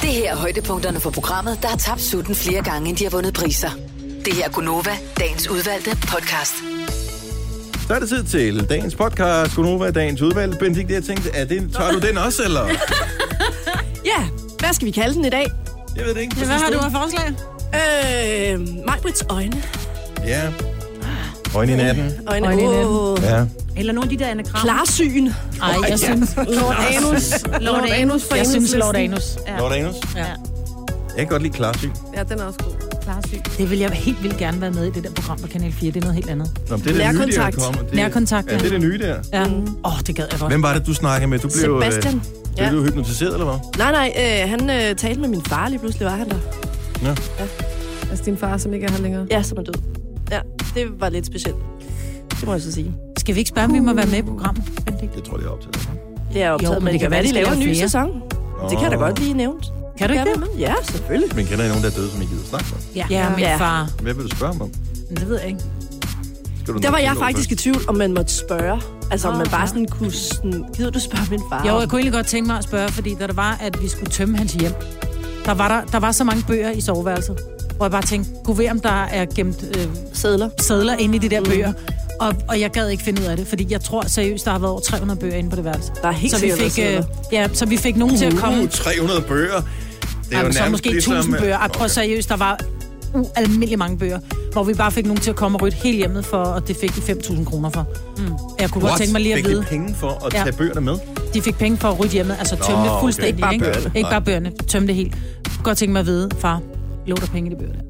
Det her er højdepunkterne for programmet, der har tabt sutten flere gange, end de har vundet priser. Det her er Gunova, dagens udvalgte podcast. Så er det tid til dagens podcast, Gunova, dagens udvalg. Benedikt, jeg tænkte, er det, tager du den også, eller? Ja, hvad skal vi kalde den i dag? Jeg ved det ikke. Hvad har du af forslag? Øh, Majbrits øjne. Ja. Øjne i natten. Øjne, Øjne i natten. Åh, Ja. Eller nogle af de der anagram. Klarsyn. Ej, jeg synes... Lord Anus. Lord Anus for Jeg synes Lord Anus. Ja. Lord Anus. Ja. Jeg kan godt lide klarsyn. Ja, den er også god. Det vil jeg helt vildt gerne være med i det der program på Kanal 4. Det er noget helt andet. Nå, men det er det nye, der er Nærkontakt. kommet. Det, Nærkontakt, ja. det er det nye der. Ja. Åh, mm. oh, det gad jeg godt. Hvem var det, du snakkede med? Du blev, øh, Sebastian. Blev Ja. du hypnotiseret, eller hvad? Nej, nej, øh, han øh, talte med min far lige pludselig, var han der. Altså din far, som ikke er her længere. Ja, som er død. Ja, det var lidt specielt. Det må jeg så sige. Skal vi ikke spørge, om vi må være med i programmet? Det tror jeg, de er optaget. Det er optaget, men jo, men det det kan kan være, være, de de laver en ny flere. sæson. Det kan jeg da Åh. godt lige nævne. Kan du ikke det? Gerne med. Ja, selvfølgelig. Men kender I nogen, der er døde, som I gider snakke om? Ja, ja min Ja. far. Hvad vil du spørge dem om? Men Det ved jeg ikke. Skal du Der nok var jeg finde ud af faktisk i tvivl, om man måtte spørge. Altså, om man bare sådan kunne... Sådan, gider du spørge min far? Jo, jeg kunne egentlig godt tænke mig at spørge, fordi da det var, at vi skulle tømme hans hjem, der var, der, der var så mange bøger i soveværelset, hvor jeg bare tænkte, gud ved, om der er gemt øh, sædler. sædler Mm. inde i de der bøger. Og, og jeg gad ikke finde ud af det, fordi jeg tror seriøst, der har været over 300 bøger inde på det værelse. Der er helt så vi sikkert fik, noget øh, ja, så vi fik nogen til at komme. først. Uh, 300 bøger. Det Jamen, så måske ligesom, 1000 øh, bøger. Ej, prøv okay. seriøst, der var ualmindelig mange bøger, hvor vi bare fik nogen til at komme og rydde hele hjemmet for, og det fik de 5.000 kroner for. Mm. Jeg kunne What? godt tænke mig lige at Fik vide, de penge for at Ja. tage bøgerne med? de fik penge for at rydde hjemmet, altså tømme det okay. fuldstændig. Ikke bare ikke? bøgerne. Ikke bare Nej. bøgerne, tømme det helt. Jeg kunne godt tænke mig at vide, far, lå der penge i de bøger der?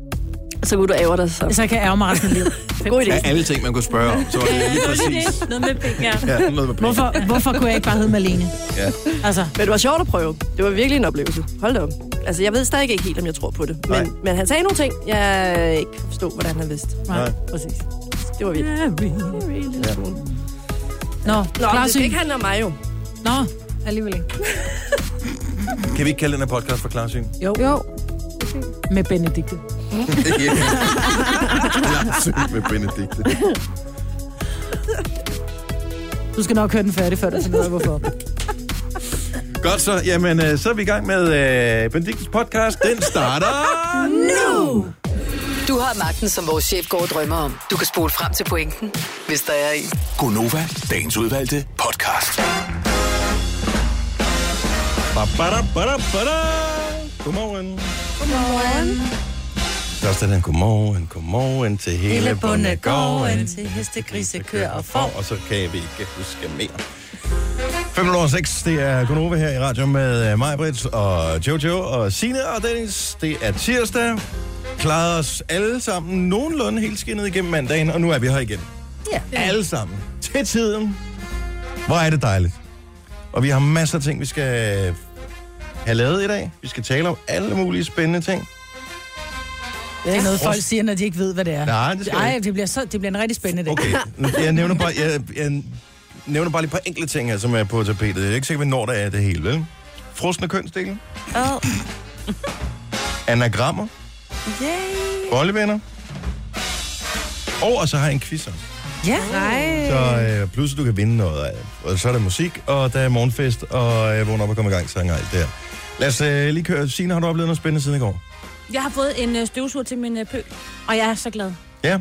Så kunne du ære dig så. Så kan jeg ærge mig resten af livet. God idé. Af alle ting, man kunne spørge om, så var det lige præcis. Noget med penge, ja. Ja, noget med penge. Hvorfor, hvorfor kunne jeg ikke bare hedde Malene? Ja. Altså, Men det var sjovt at prøve. Det var virkelig en oplevelse. Hold da op. Altså, jeg ved stadig ikke helt, om jeg tror på det. Nej. Men, men han sagde nogle ting, jeg ikke forstod, hvordan han vidste. nej, Nej. præcis. Det var vildt. Ja. Nå, Nå, klar men det ikke handler om mig jo. Nå, alligevel ikke. Kan vi ikke kalde den her podcast for klarsyn? Jo. jo. Med Benedikte. Ja. klarsyn med Benedikte. Du skal nok høre den færdig, før du finder ud af, hvorfor. Godt så. Jamen, øh, så er vi i gang med øh, Benediktes podcast. Den starter nu! Du har magten, som vores chef går og drømmer om. Du kan spole frem til pointen, hvis der er en. Gonova, dagens udvalgte podcast. Ba, ba, da, ba, da, ba, da. Godmorgen. Godmorgen. Først er den godmorgen, godmorgen til hele, hele bundegården. til heste, grise, køer og får. Og så kan jeg ikke huske mere. 5 over 6, det er Gunova her i radio med mig, Brits og Jojo og Sine og Dennis. Det er tirsdag. Klarede os alle sammen nogenlunde helt skinnet igennem mandagen, og nu er vi her igen. Ja. Alle sammen. Til tiden. Hvor er det dejligt. Og vi har masser af ting, vi skal have lavet i dag. Vi skal tale om alle mulige spændende ting. Det er noget, folk siger, når de ikke ved, hvad det er. Nej, det skal jeg Ej, ikke. det bliver, så, det bliver en rigtig spændende dag. Okay, nu- jeg nævner bare, jeg, jeg nævner bare lige et par enkelte ting, her, som er på tapetet. Jeg er ikke sikker, hvornår der er det hele, vel? Frosne kønsdele, Oh. anagrammer, Yay. bollevenner. Og, og så har jeg en quiz også. Ja. Nej. Så øh, pludselig du kan vinde noget af. Og så er der musik, og der er morgenfest, og øh, vågn op og komme i gang, så er alt der. Lad os øh, lige køre. Signe, har du oplevet noget spændende siden i går? Jeg har fået en øh, støvsuger til min øh, pøl, og jeg er så glad. Ja,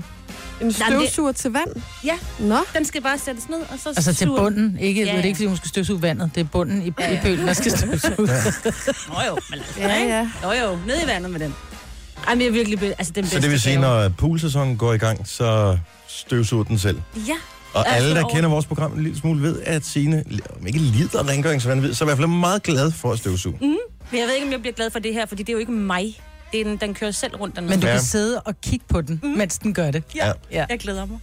En det- støvsuger til vand? Ja. Nå, Den skal bare sættes ned, og så Altså til suger den. bunden. Ikke, Ja, ja, ja. Det er ja. ikke, fordi hun skal støvsuge vandet. Det er bunden i, i pølen, der skal støvsuge. Nå jo, men altså, Ja, ja, ja. ja. Nå jo, ned i vandet med den. Ej, men jeg er virkelig... Be- altså, den bedste så det vil sige, gave. når poolsæsonen går i gang, så støvsuger den selv. Ja, Og Altså, alle, der over- kender vores program en lille smule, ved, at Signe, om ikke lider rengøringsvandvid, så er i hvert fald meget glad for at støvsuge. Mm. Mm-hmm. men jeg ved ikke, om jeg bliver glad for det her, fordi det er jo ikke mig. Det er den, den kører selv rundt, den Men du Ja. kan sidde og kigge på den, mens den gør det. Ja, Ja. ja, jeg glæder mig.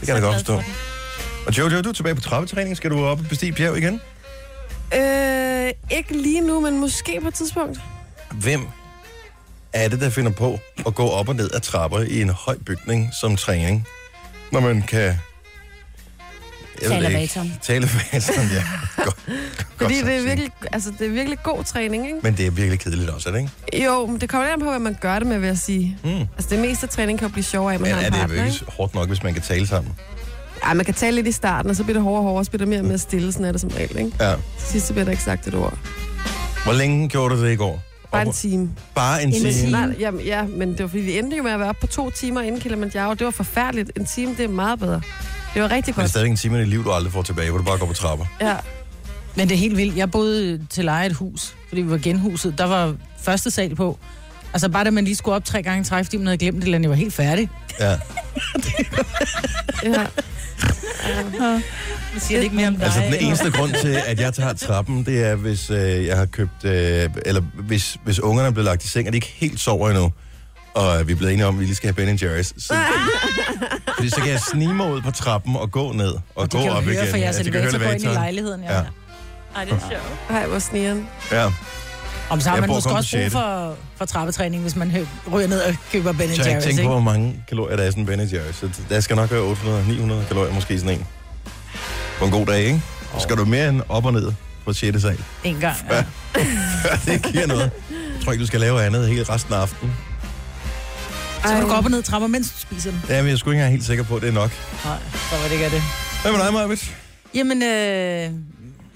Det kan jeg da godt forstå. Og Jojo, du er tilbage på trappetræning. Skal du op og bestige bjerg igen? Øh, ikke lige nu, men måske på et tidspunkt. Hvem er det, der finder på at gå op og ned af trapper i en høj bygning som træning? Når man kan... Jeg ved det Talevatoren. ikke. Talevatoren, ja. Godt, godt Fordi det er, sagt, virkelig, altså, det er virkelig god træning, ikke? Signe. Men det er virkelig kedeligt også, er det ikke? Jo, men det kommer lidt an på, hvad man gør det med, vil jeg sige. Mm. Altså, det meste af træning kan jo blive sjovere af, at man Men har er en det partner, ikke? virkelig hårdt nok, hvis man kan tale sammen? Ej, man kan tale lidt i starten, og så bliver det hårdere og hårdere, og så bliver det mere og mere stille, sådan er det som regel, ikke? Ja. Til sidst så bliver der ikke sagt et ord. Hvor længe gjorde du det i går? Bare en Og- time. Bare en En time. time. Nej, jamen, ja, men det var fordi, vi endte jo med at være oppe på to timer inden Kilimanjaro. Det var forfærdeligt. En time, det er meget bedre. Det var Men rigtig det er godt. stadig en time i dit liv, du aldrig får tilbage, hvor du bare går på trapper. Ja. Men det er helt vildt. Jeg boede til leje et hus, fordi vi var genhuset. Der var første sal på. Altså bare da man lige skulle op tre gange i træk, fordi man havde glemt det, eller jeg var helt færdig. Ja. ja. Jeg siger det ikke mere om dig. Altså, den eneste grund til, at jeg tager trappen, det er, hvis øh, jeg har købt... Øh, eller hvis, hvis ungerne er blevet lagt i seng, og de ikke helt sover endnu. Og vi er blevet enige om, at vi lige skal have Ben Jerry's. Så, fordi så kan jeg snige mig ud på trappen og gå ned. Og, og det gå kan op jo høre, igen. for jeres Ja, det kan elevator høre går ind i elevatoren. lejligheden. Ja. Ja. Ej, det er sjovt. Ej, hvor snigeren. Ja. Om så har Jeg man bor måske kun på også brug sjette. for, for trappetræning, hvis man hø- ryger ned og køber Ben Så jeg ikke Jerry's, tænke på, ikke? hvor mange kalorier der er i sådan en Ben Jerry's. Så der skal nok være 800-900 kalorier måske i sådan en. På en god dag, ikke? Så skal du mere end op og ned på 6. sal. En gang. Ja. det giver noget. Jeg tror ikke, du skal lave andet hele resten af aftenen. Så kan du gå op og ned trapper, mens du spiser den. Ja, men jeg er sgu ikke engang helt sikker på, at det er nok. Nej, så var det ikke af det. Hvad med dig, Marvitt? Jamen, øh,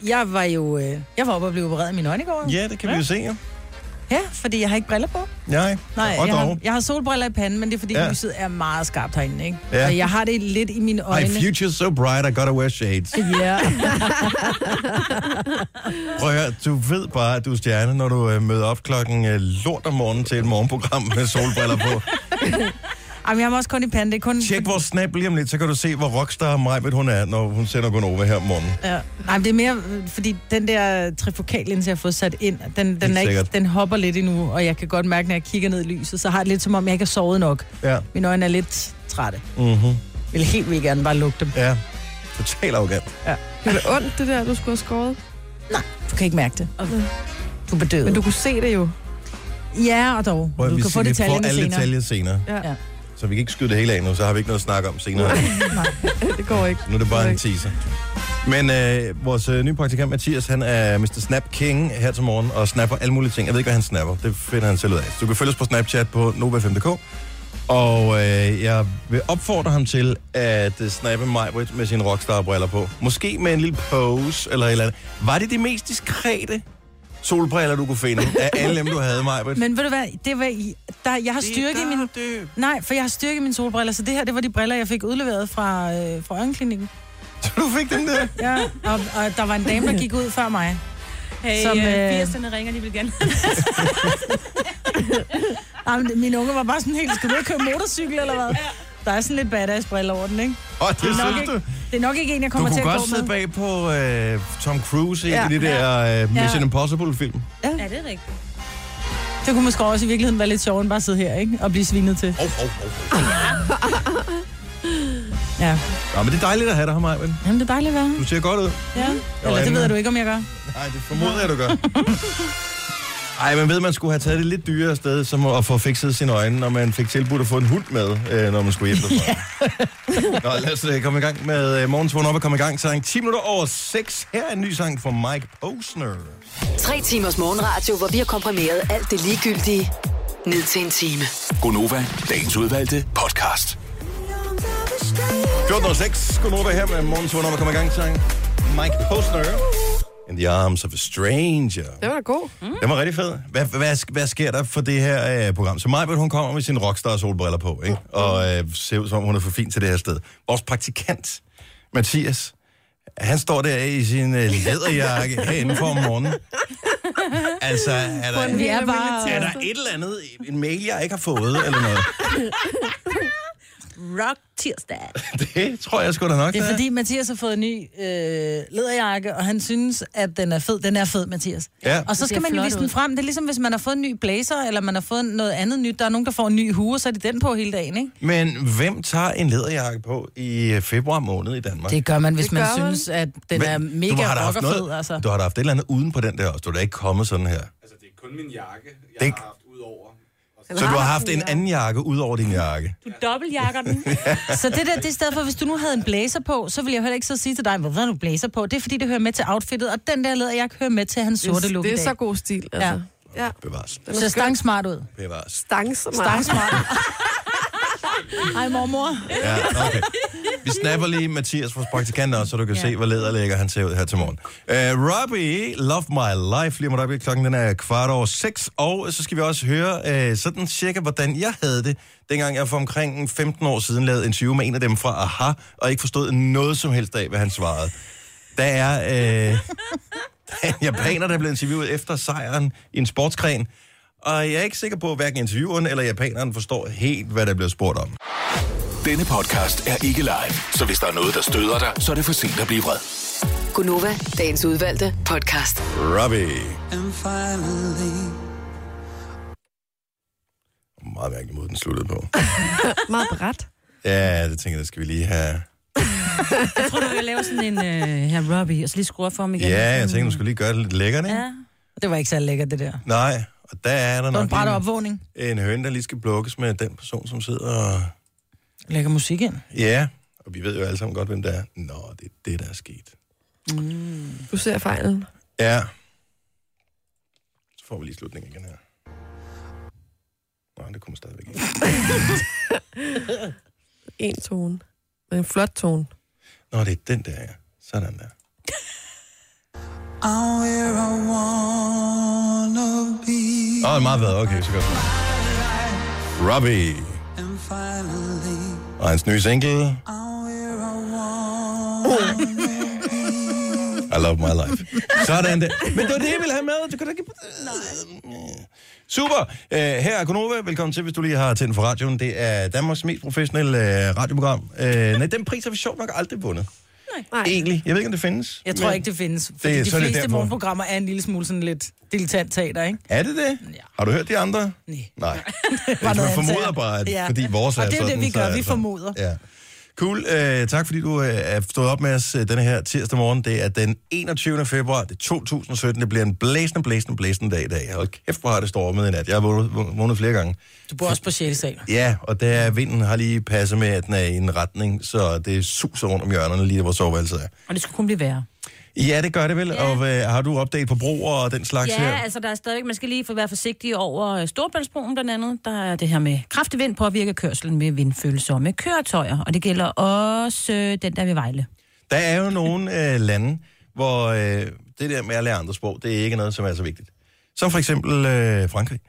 jeg var jo øh, jeg var oppe og blev opereret i min øjne i går. Ja, det kan ja. vi jo se, jo. ja, fordi jeg har ikke briller på. Nej, Nej, og jeg dog. har, jeg har solbriller i panden, men det er fordi Ja. ja. lyset er meget skarpt herinde, ikke? Ja. Ja. Og jeg har det lidt i mine My øjne. future's so bright, I gotta wear shades. Ja. Prøv at høre, du ved bare, at du er stjerne, når du øh, møder op klokken øh, lort om morgenen til et morgenprogram med solbriller på. Jamen, jeg har dem også kun i panden. Det er kun... Tjek vores snap lige om lidt, så kan du se, hvor rockstar Majbet hun er, når hun sender Gunova her om morgenen. Ja. Nej, men det er mere, øh, fordi den der trifokallinse, jeg har fået sat ind, den, den, Helt er ikke, sikkert. den hopper lidt endnu, og jeg kan godt mærke, når jeg kigger ned i lyset, så har jeg det lidt som om, jeg ikke har sovet nok. Ja, Mine øjne er lidt trætte. mhm, Jeg vil helt vildt gerne bare lukke dem. ja. Total arrogant. Det er ondt, det der, du skulle have skåret. Du kan ikke mærke det. Du er bedøvet. Men du kunne se det jo. Ja, og dog. Prøv at du vi kan se- få vi detaljerne får alle senere. detaljer senere. Ja. Ja. Så vi kan ikke skyde det hele af nu, så har vi ikke noget at snakke om senere. Det går ikke. Nu er det bare en teaser. Men øh, vores øh, nye praktikant Mathias, han er Mr. Snap King her til morgen, og snapper alle mulige ting. Jeg ved ikke, hvad han snapper. Det finder han selv ud af. Så du kan følge os på Snapchat på nova5.dk. Og øh, jeg vil opfordre ham til at øh, snappe Majbrit med sine rockstar-briller på. Måske med en lille pose eller et eller andet. Var det de mest diskrete solbriller, du kunne finde af alle dem, du havde, Majbrit? Men ved du hvad, det var, i- der, jeg har styrke i min... Nej, for jeg har styrke i mine solbriller, så det her, det var de briller, jeg fik udleveret fra, øh, fra øjenklinikken. Du fik den der? Ja, og, og, der var en dame, der gik ud før mig. Hey, Som, Som, øh, øh, 80'erne ringer lige igen. Ej, men min unge var bare sådan helt, skal du ikke køre motorcykel eller hvad? Der er sådan lidt badass briller over den, ikke? Åh, det nok synes ikke- du? Det er nok ikke en, jeg Du kommer til kunne at gå godt sidde med. bag på øh, Tom Cruise i Ja. ja. det der øh, Mission Ja. Impossible-film. ja, det er rigtigt. Det kunne måske også i virkeligheden være lidt sjovere end bare at sidde her, ikke? Og blive svinet til. Oh, oh, oh. Ja. Nå, men det er dejligt at have dig her, Maja. Jamen, det er dejligt at være. her. Du ser godt ud. Ja. Mm. Og Eller det Anna. ved jeg du ikke, om jeg gør. Nej, det formoder jeg, du gør. Ej, man ved, man skulle have taget det lidt dyrere sted, som at få fikset sine øjne, når man fik tilbudt at få en hund med, øh, når man skulle hjem derfra. Nå, lad os øh, komme i gang med øh, morgens vågen op og komme i gang. Sang 10 minutter over 6. Her er en ny sang fra Mike Posner. Tre timers morgenradio, hvor vi har komprimeret alt det ligegyldige ned til en time. Gonova, dagens udvalgte podcast. 14.06. Godnova her med morgens vågen op og komme i gang. Sang Mike Posner. In the arms of a stranger. Det var da god. Mm. Den var rigtig fed. Hvad, hvad, sk- hvad sker der for det her øh, program? Så Majbert, hun kommer med sine rockstar-solbriller på, ikke? Mm. Og øh, ser ud som om, hun er for fin til det her sted. Vores praktikant, Mathias, han står der i sin øh, læderjakke herinde for om morgenen. Altså, er der, Vi er bare er der et eller andet, en mail, jeg ikke har fået, eller noget? Rock tirsdag. Det tror jeg sgu da nok, Det er der fordi, Mathias har fået en ny øh, læderjakke, og han synes, at den er fed. Den er fed, Mathias. Ja. Og så skal ser man jo flot vise ud. den frem. Det er ligesom, hvis man har fået en ny blazer, eller man har fået noget andet nyt. Der er nogen, der får en ny hue, og så er det den på hele dagen, ikke? Men hvem tager en læderjakke på i øh, februar måned i Danmark? Det gør man, hvis Det man gør man. synes, at den Men er du mega har da haft rockerfed, noget- altså. Du har da haft et eller andet uden på den der også. Du er da ikke kommet sådan her. Altså, det er kun min jakke, jeg det... Det- har haft ud over. Og så, Så du har haft en anden jakke ud over din jakke. Du dobbeltjakker den. Så det der, det er i stedet for, hvis du nu havde en blazer på, så ville jeg heller ikke så sige til dig, hvorfor har du blazer på? Det er fordi, det hører med til outfittet, og den der læderjakke hører med til hans sorte look Det i er dag. så god stil, altså. Ja. ja. Bevares. Den Så er stang smart ud. Bevares. Stang så meget. Stang smart. Ej, mormor. Ja, okay. Vi snapper lige Mathias, vores praktikant også, så du kan ja. se, hvor læderlægger han ser ud her til morgen. Uh, Robbie, Love My Life, lige om et øjeblik. Klokken den er kvart over seks, og så skal vi også høre uh, sådan cirka, hvordan jeg havde det, dengang jeg for omkring 15 år siden lavede interview med en af dem fra Aha, og ikke forstod noget som helst af, hvad han svarede. Der er... Uh, en japaner, der blev interviewet efter sejren i en sportsgren. Og jeg er ikke sikker på, at hverken intervieweren eller japaneren forstår helt, hvad der bliver spurgt om. Denne podcast er ikke live, så hvis der er noget, der støder dig, så er det for sent at blive vred. Gunova, dagens udvalgte podcast. Robbie. Meget mærkelig måde, den sluttede på. Meget bræt. Ja, det tænker jeg, det skal vi lige have. Jeg tror, du vil lave sådan en øh, her Robbie, og så lige skrue op for ham igen. Ja, jeg tænker, du skulle lige gøre det lidt lækkert, ikke? Ja. Det var ikke så lækkert, det der. Det Nej, og der er der var en nok bræt lige opvågning. en høne, der lige skal plukkes med den person, som sidder og... Lægger musik ind. Ja, og vi ved jo alle sammen godt, hvem det er. Nå, det er det, der er sket. Du ser fejlen. Ja. Så får vi lige slutningen igen her. Nej, det kommer stadigvæk ikke. En tone. Men en flot tone. Nå, det er den der, ja. Sådan der. Åh, oh, meget bedre. Okay, så godt. Robbie. Og hans nye single. I love my life. Sådan det. Men det var det, jeg ville have med. Du kan da ikke... Super. Uh, her er Konova. Velkommen til, hvis du lige har tændt for radioen. Det er Danmarks mest professionelle uh, radioprogram. Uh, nej, den pris har vi sjovt nok aldrig vundet. Nej. Egentlig. Jeg ved ikke, om det findes. Jeg tror ikke, det findes. Fordi Det er- det, de så er det fleste derfor. morgenprogrammer er en lille smule sådan lidt dilettant teater, ikke? Er det det? Ja. Har du hørt de andre? Nej. Nej. Bare Man noget formoder andet. bare, at ja. Ja. fordi vores Og er det er jo sådan, det, vi så gør. er Vi det sådan. formoder. Ja. Cool. Øh, tak fordi du øh, er stået op med os øh, denne her tirsdag morgen. Det er den 21. februar. Det er 2017. Det bliver en blæsende, blæsende, blæsende dag i dag. Hold kæft, hvor har det stormet i nat. Jeg har vågnet- vågnet flere gange. Du bor også på 6. sal. Ja, og der er vinden har lige passet med, at den er i en retning, så det suser rundt om hjørnerne lige der, hvor soveværelset er. Og det skulle kun blive værre. Ja, det gør det vel. Ja. Og øh, har du opdaget på broer og den slags her? Ja, altså der er stadigvæk, man skal lige for- være forsigtig over øh, Storebæltsbroen blandt andet. Der er det her med kraftig vind påvirker kørselen med vindfølsomme køretøjer, og det gælder også øh, den der ved Vejle. Der er jo nogle øh, lande, hvor øh, det der med at lære andre sprog, det er ikke noget, som er så vigtigt. Som for eksempel øh, Frankrig.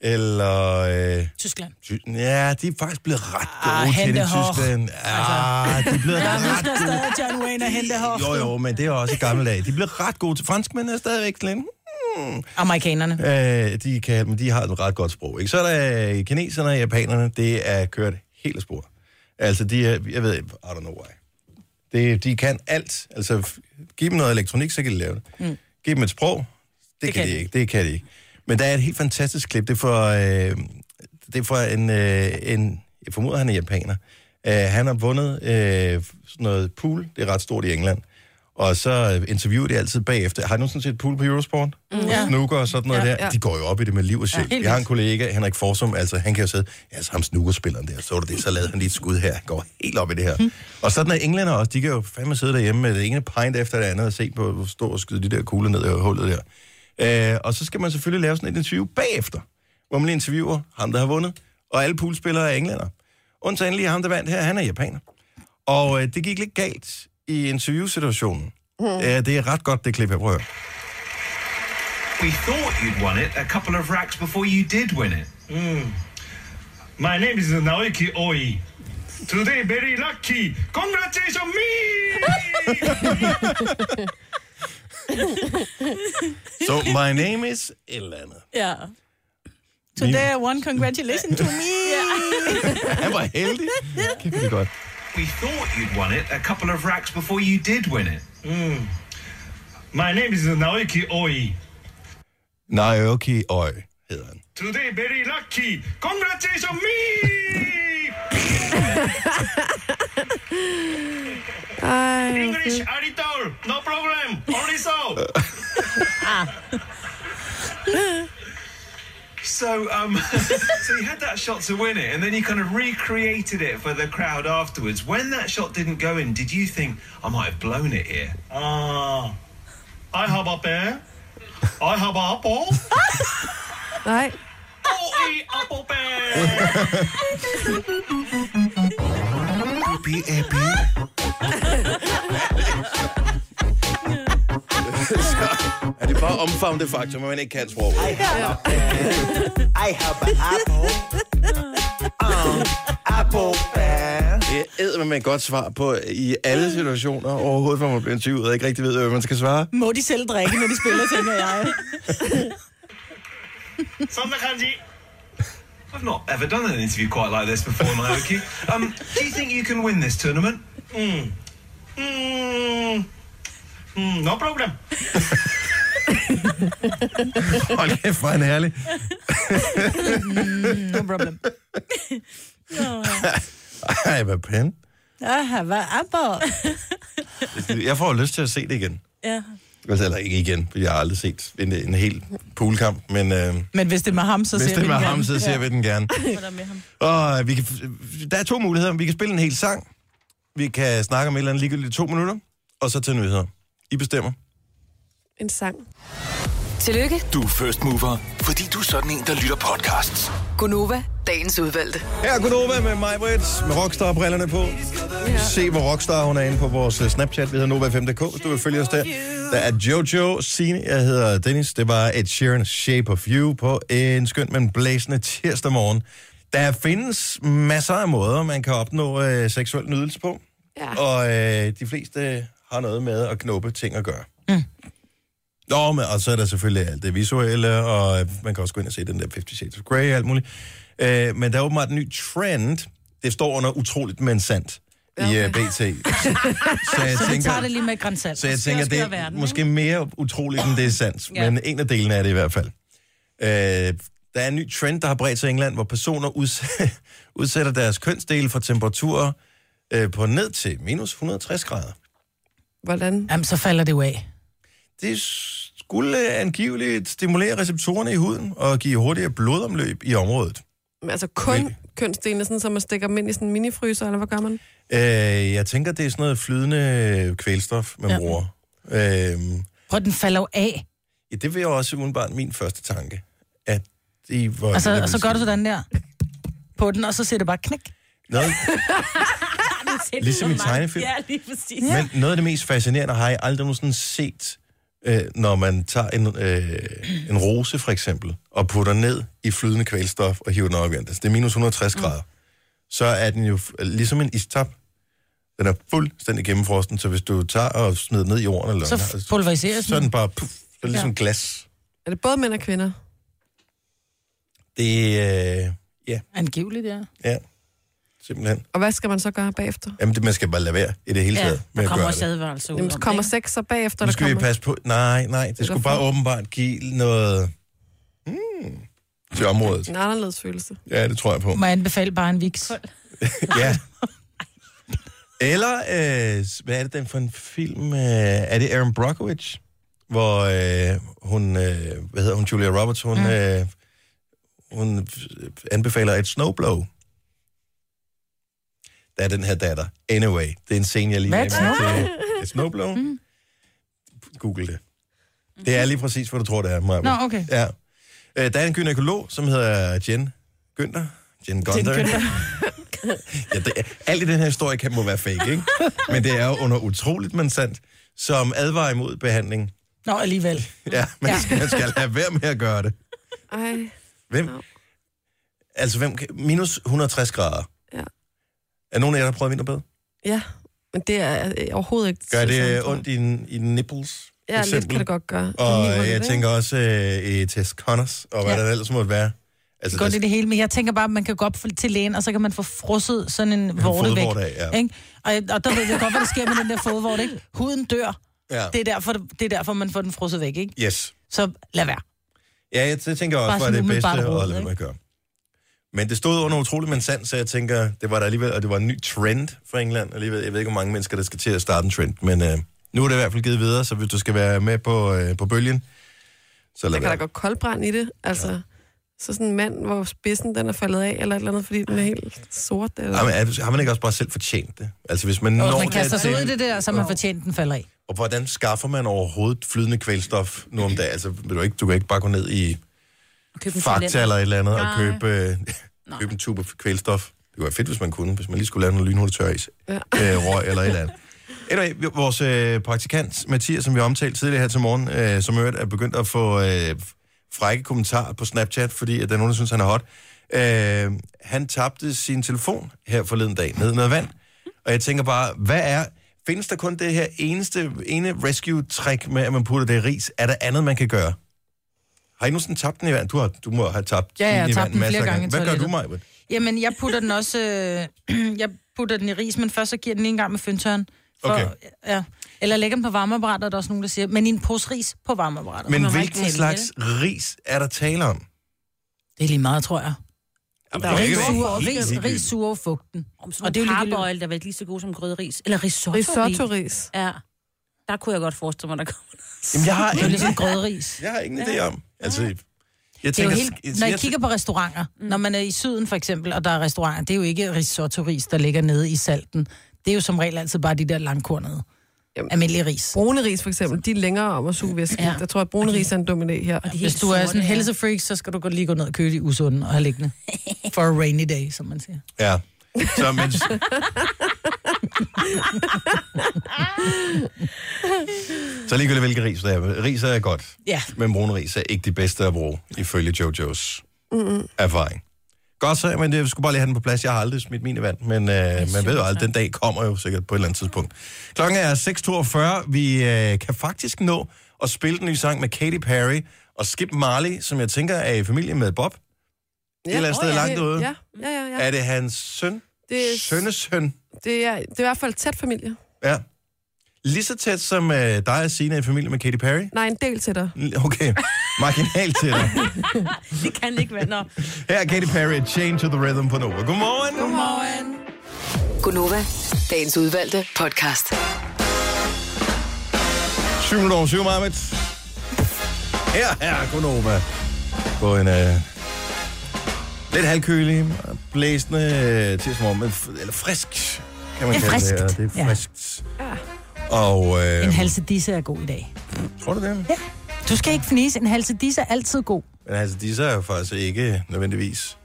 Eller... Øh, Tyskland. Ty- ja, de er faktisk blevet ret Ah, gode Altså. ah, til det i Hente-Hoch. Tyskland. Ah, de er blevet Jeg ret husker stadig at John Wayne og Hente Hoff. Jo, jo, men det er også i gamle dage. De bliver ret gode til franskmænd, er stadigvæk lidt. hmm. Amerikanerne. Øh, de, kan, men de har et ret godt sprog. Ikke? Så er der øh, kineserne og japanerne, det er kørt helt af spor. Altså, de er, jeg ved, I don't know why. Det, de kan alt. Altså, f- giv dem noget elektronik, så kan de lave det. Mm. Giv dem et sprog, det, det kan, de ikke. Det kan de ikke. Men der er et helt fantastisk klip, det er fra, øh, det er fra en, øh, en, jeg formoder, han er japaner. Øh, han har vundet øh, sådan noget pool, det er ret stort i England. Og så interviewer de altid bagefter. Har du nogensinde set pool på Eurosport? Mm. Snooker og sådan noget ja, der. ja. De går jo op i det med liv og sjæl. Ja, helt jeg har en kollega, Henrik Forsum, altså han kan jo sidde, ja, så ham snookerspilleren der, så du det, så lavede han lige et skud her. Han går helt op i det her. Mm. Og sådan er englænder også, de kan jo fandme sidde derhjemme med det ene pint efter det andet og se på, hvor stor og skyde de der kugler ned i hullet der. Øh, og så skal man selvfølgelig lave sådan et interview bagefter, hvor man lige interviewer ham, der har vundet, og alle poolspillere er englænder. Undtagen lige ham, der vandt her, han er japaner. Og øh, det gik lidt galt i interviewsituationen. Mm. Øh, det er ret godt, det klip, jeg prøver. We thought you'd won it a couple of racks before you did win it. Mm. My name is Naoki Oi. Today, very lucky. Congratulations, me! So, my name is et eller andet. Ja. Today one congratulations to me. Han var heldig. Kæft, det er godt. We thought you'd won it a couple of racks before you did win it. Hmm. My name is Naoki Oi. Naoki Øj hedder han. Today, very lucky. Congratulations, me! Ej, English, a little. No problem. Only so. So, um, so you had that shot to win it, and then you kind of recreated it for the crowd afterwards. When that shot didn't go in, did you think I might have blown it here? Uh, Ah, I have a pen. I have a apple. nej. Oh, a apple pen. Be Abby, Abby. Så er det bare omfavnet det faktum, at man ikke kan sproget. I have a pear. I have an apple. Um, apple pear. Det er med et godt svar på i alle situationer overhovedet, hvor man bliver interviewet og ikke rigtig ved, hvad man skal svare. Må de selv drikke, når de spiller, tænker jeg. Some kanji. I've not ever done an interview quite like this before, Naoki. Um, do you think you can win this tournament? Mm. Mm. Mm, no problem. Hold kæft, hvor er han herlig. Mm, no problem. Ej, hvad pæn. Aha, hvad apple? Jeg får lyst til at se det igen. Ja. Altså, eller ikke igen, for jeg har aldrig set en, en hel poolkamp, men øh, Men hvis det er med ham, så hvis ser det vi er med den ham, gerne. så ser vi den gerne. Og vi kan, der er to muligheder. Vi kan spille en hel sang, vi kan snakke om et eller andet ligegyldigt i to minutter, og så til nyheder. I bestemmer. En sang. Tillykke, Du er first mover, fordi du er sådan en, der lytter podcasts. Gunova, dagens udvalgte. Her er Gunova med mig, Brits, med rockstar-brillerne på. Se, hvor rockstar hun er inde på vores øh, Snapchat. Vi hedder Nova5.dk, hvis du vil følge os der. Der er Jojo, Signe, jeg hedder Dennis. Det var Ed Sheeran Shape of You på en skøn, men blæsende tirsdag morgen. Der findes masser af måder, man kan opnå øh, seksuel nydelse på. Ja. Og øh, de fleste har noget med at knuppe ting at gøre. Mm. Nå, men, og så er der selvfølgelig alt det visuelle, og øh, man kan også gå ind og se den der 50 Shades of Grey og alt muligt. Øh, men der er åbenbart en ny trend. Det står under utroligt, men sandt i øh, BT. Så, jeg Så vi tænker, tager det lige med grænsalt. så jeg tænker, det er måske mere utroligt, end det er sandt. Ja. Men en af delene er det i hvert fald. Øh, der er en ny trend, der har bredt sig i England, hvor personer udsætter, udsætter deres kønsdele for temperaturer øh, på ned til minus 160 grader. Hvordan? Jamen, så falder det jo af. Det skulle angiveligt stimulere receptorerne i huden og give hurtigere blodomløb i området. Men altså kun Men... kønsdelene, sådan, så man stikker dem ind i sådan en minifryser, eller hvad gør man? Øh, jeg tænker, det er sådan noget flydende kvælstof, man ja. bruger. Øh, Prøv, den falder jo af. ja, det vil jeg også umiddelbart min første tanke. At det var, Og så, jeg og Altså, så vil gør du sige- sådan der på den, og så ser det bare knæk. Noget, Det er Ligesom i meget- tegnefilm. Ja, lige præcis. ja. Men noget af det mest fascinerende har jeg aldrig nogensinde set, øh, når man tager en, øh, en rose for eksempel, og putter ned i flydende kvælstof og hiver den op igen. Altså, det er minus 160 mm. grader. Så er den jo f- ligesom en istap. Den er fuldstændig gennemfrosten, så hvis du tager og smider den ned i jorden, eller Så noget, altså, pulveriseres så er den bare puff, så er det ligesom Ja. ja. glas. Er det både mænd og kvinder? Det er øh, ja, Angiveligt, ja. ja, simpelthen. Og hvad skal man så gøre bagefter? Jamen, det, man skal bare lade være i det hele taget. med at gøre det. advarelse ud Jamen, så kommer sex så bagefter, Nu der skal vi kommer... passe på. Nej, nej, det skulle bare åbenbart give noget... Mm, til området. En anderledes følelse. Ja, det tror jeg på. Må jeg anbefale bare en viks? ja. Eller, øh, hvad er det den for en film? Øh, er det Aaron Brockovich? Hvor øh, hun, øh, hvad hedder hun, Julia Roberts, hun, mm. øh, hun øh, anbefaler et snowblow. Der er den her datter. Anyway, det er en scene, jeg lige Hvad er et lagde mærke snowblow? til. Et snowblow? Mm. Google det. Det er lige præcis, hvad du tror, det er, Maja. Nå, okay. Ja. Øh, der er en gynekolog, som hedder Jen Günther. Jen Gunther. Ja, det, alt i den her historie kan må være fake, ikke? Men det er jo under utroligt, men sandt, som advarer imod behandling. Nå, alligevel. Ja, man, ja. man skal lade være med at gøre det. Ej, Hvem? Altså, hvem kan, minus 160 grader. Ja. Er nogen af jer, der har prøvet vinterbad? ja. Men det er øh, overhovedet ikke... Gør sådan, tror det jeg. ondt i, i nipples? for Ja, lidt eksempel? kan det godt gøre. Og Hiver øh, lidt, jeg ikke? tænker også øh, i Tess Connors, og hvad Ja. ja. der ellers måtte være. Altså, Altså, godt der- i det hele, men jeg tænker bare, at man kan gå op for- til lægen, og så kan man få frosset sådan en vorte væk. fodvorte af, ja. ikke? Og, og der ved jeg godt, hvad der sker med den der fodvorte, ikke? Huden dør. Ja. Det, er derfor, det er derfor, man får den frosset væk, ikke? Yes. Så lad være. Ja, jeg, jeg tænker Bare også, var sådan det bedste umiddelbart råd, at lade ikke? mig gøre. Men det stod under utroligt men sandt, så jeg tænker, det var der alligevel, og det var en ny trend for England alligevel. Jeg ved ikke, hvor mange mennesker, der skal til at starte en trend, men øh, nu er det i hvert fald givet videre, så hvis du skal være med på, øh, på bølgen, så Der lad kan der være. godt koldbrand i det. Altså, ja. så sådan en mand, hvor spidsen den er faldet af, eller et eller andet, fordi den er helt sort. Eller... Jamen, er- har man ikke også bare selv fortjent det? Altså, hvis man Og når hvis man kaster sig ud i til- det der, så har man fortjent, den falder af. Og hvordan skaffer man overhovedet flydende kvælstof nu om dagen? Altså, vil du, ikke, du kan ikke bare gå ned i Køb en Fakta cylinder. eller et eller andet og Nej. købe, øh, købe en tube kvælstof. Det Det var fedt, hvis man kunne, hvis man lige skulle lave noget lynhurtigt tør is. Ja. Øh, røg eller et eller andet. Anyway, vi- vores øh, praktikant Mathias, som vi omtalte tidligere her til morgen, øh, som i øvrigt er begyndt at få øh, frække kommentarer på Snapchat, fordi at der er nogen, der synes, han er hot. Øh, han tabte sin telefon her forleden dag ned i noget vand. Og jeg tænker bare, hvad er... Findes der kun det her eneste, ene rescue-trick med, at man putter det i ris? Er der andet, man kan gøre? Har I nogensinde tabt den i vand? Du, har, du må have tabt Ja, jeg din har i tabt vand den masser flere af gange i Hvad gør du, toilettet. Maja? Jamen, jeg putter den også... Øh, jeg putter den i ris, men først så giver den lige en gang med fyndtøren. For, Okay. Ja. Eller lægger den på varmeapparatet, er der også nogen, der siger. Men i en pose ris på varmeapparatet. Men hvilken slags ris er der tale om? Det er lige meget, tror jeg. Jamen, Der det kan er ris, være suger, helt ris, ligegyldigt. ris suger fugten. Og det er jo ligegyldigt. der er vel lige så god som grødris. Eller risotto Risotto-ris. Ja. Der kunne jeg godt forestille mig, der kommer noget. Jamen, jeg har Det er jo en- ligesom grødris. Jeg har ingen idé om. Altså, jeg Jeg tænker, tænker... det er jo helt, når jeg, jeg kigger på restauranter, mm. når man er i syden for eksempel, og der er restauranter, det er jo ikke risotto-ris, der ligger nede i salten. Det er jo som regel altid bare de der langkornede, almindelige ris. Brune ris for eksempel, de er længere om at suge væske. Ja. Jeg tror, at brune ris er en dum idé her. Og Hvis du er sådan en helsefreak, så skal du godt lige gå ned og købe de usunde og have liggende. For a rainy day, som man siger. Ja. Så, men, så ligegyldigt, hvilke ris der er. Ris er godt, Ja. men brun ris er ikke de bedste at bruge, ifølge Jojos Mm-mm. erfaring. Godt så, men jeg skulle bare lige have den på plads. Jeg har aldrig smidt min i vand, men øh, man ved jo aldrig, den dag kommer jo sikkert på et eller andet tidspunkt. Klokken er 6.42. Vi øh, kan faktisk nå at spille den nye sang med Katy Perry og Skip Marley, som jeg tænker er i familie med Bob. Ja. Et eller andet sted Åh, langt ude. Ja, ja, ja. ja. Er det hans søn? Det er- Sønnesøn? Det er, det er i hvert fald tæt familie. Ja. Lige så tæt som øh, dig og Sina er i familie med Katy Perry? Nej, en del til dig. L- Okay, marginalt til dig. det kan ikke være. Nå. Her er Katy Perry, Change to the Rhythm på Nova. Godmorgen. Godmorgen. Gunova, dagens udvalgte podcast. 7 minutter over 7, Marvitt. Her er Gunova. På en øh, lidt halvkølig, blæsende øh, tidsmorgen, men f- eller frisk, kan man Det er kalde det. her. friskt. Det er Ja. friskt. Og øh, En halsedisse er god i dag. Tror du det? Ja. Du skal ikke fnise. En halsedisse er altid god. men altså, disse er jo faktisk ikke nødvendigvis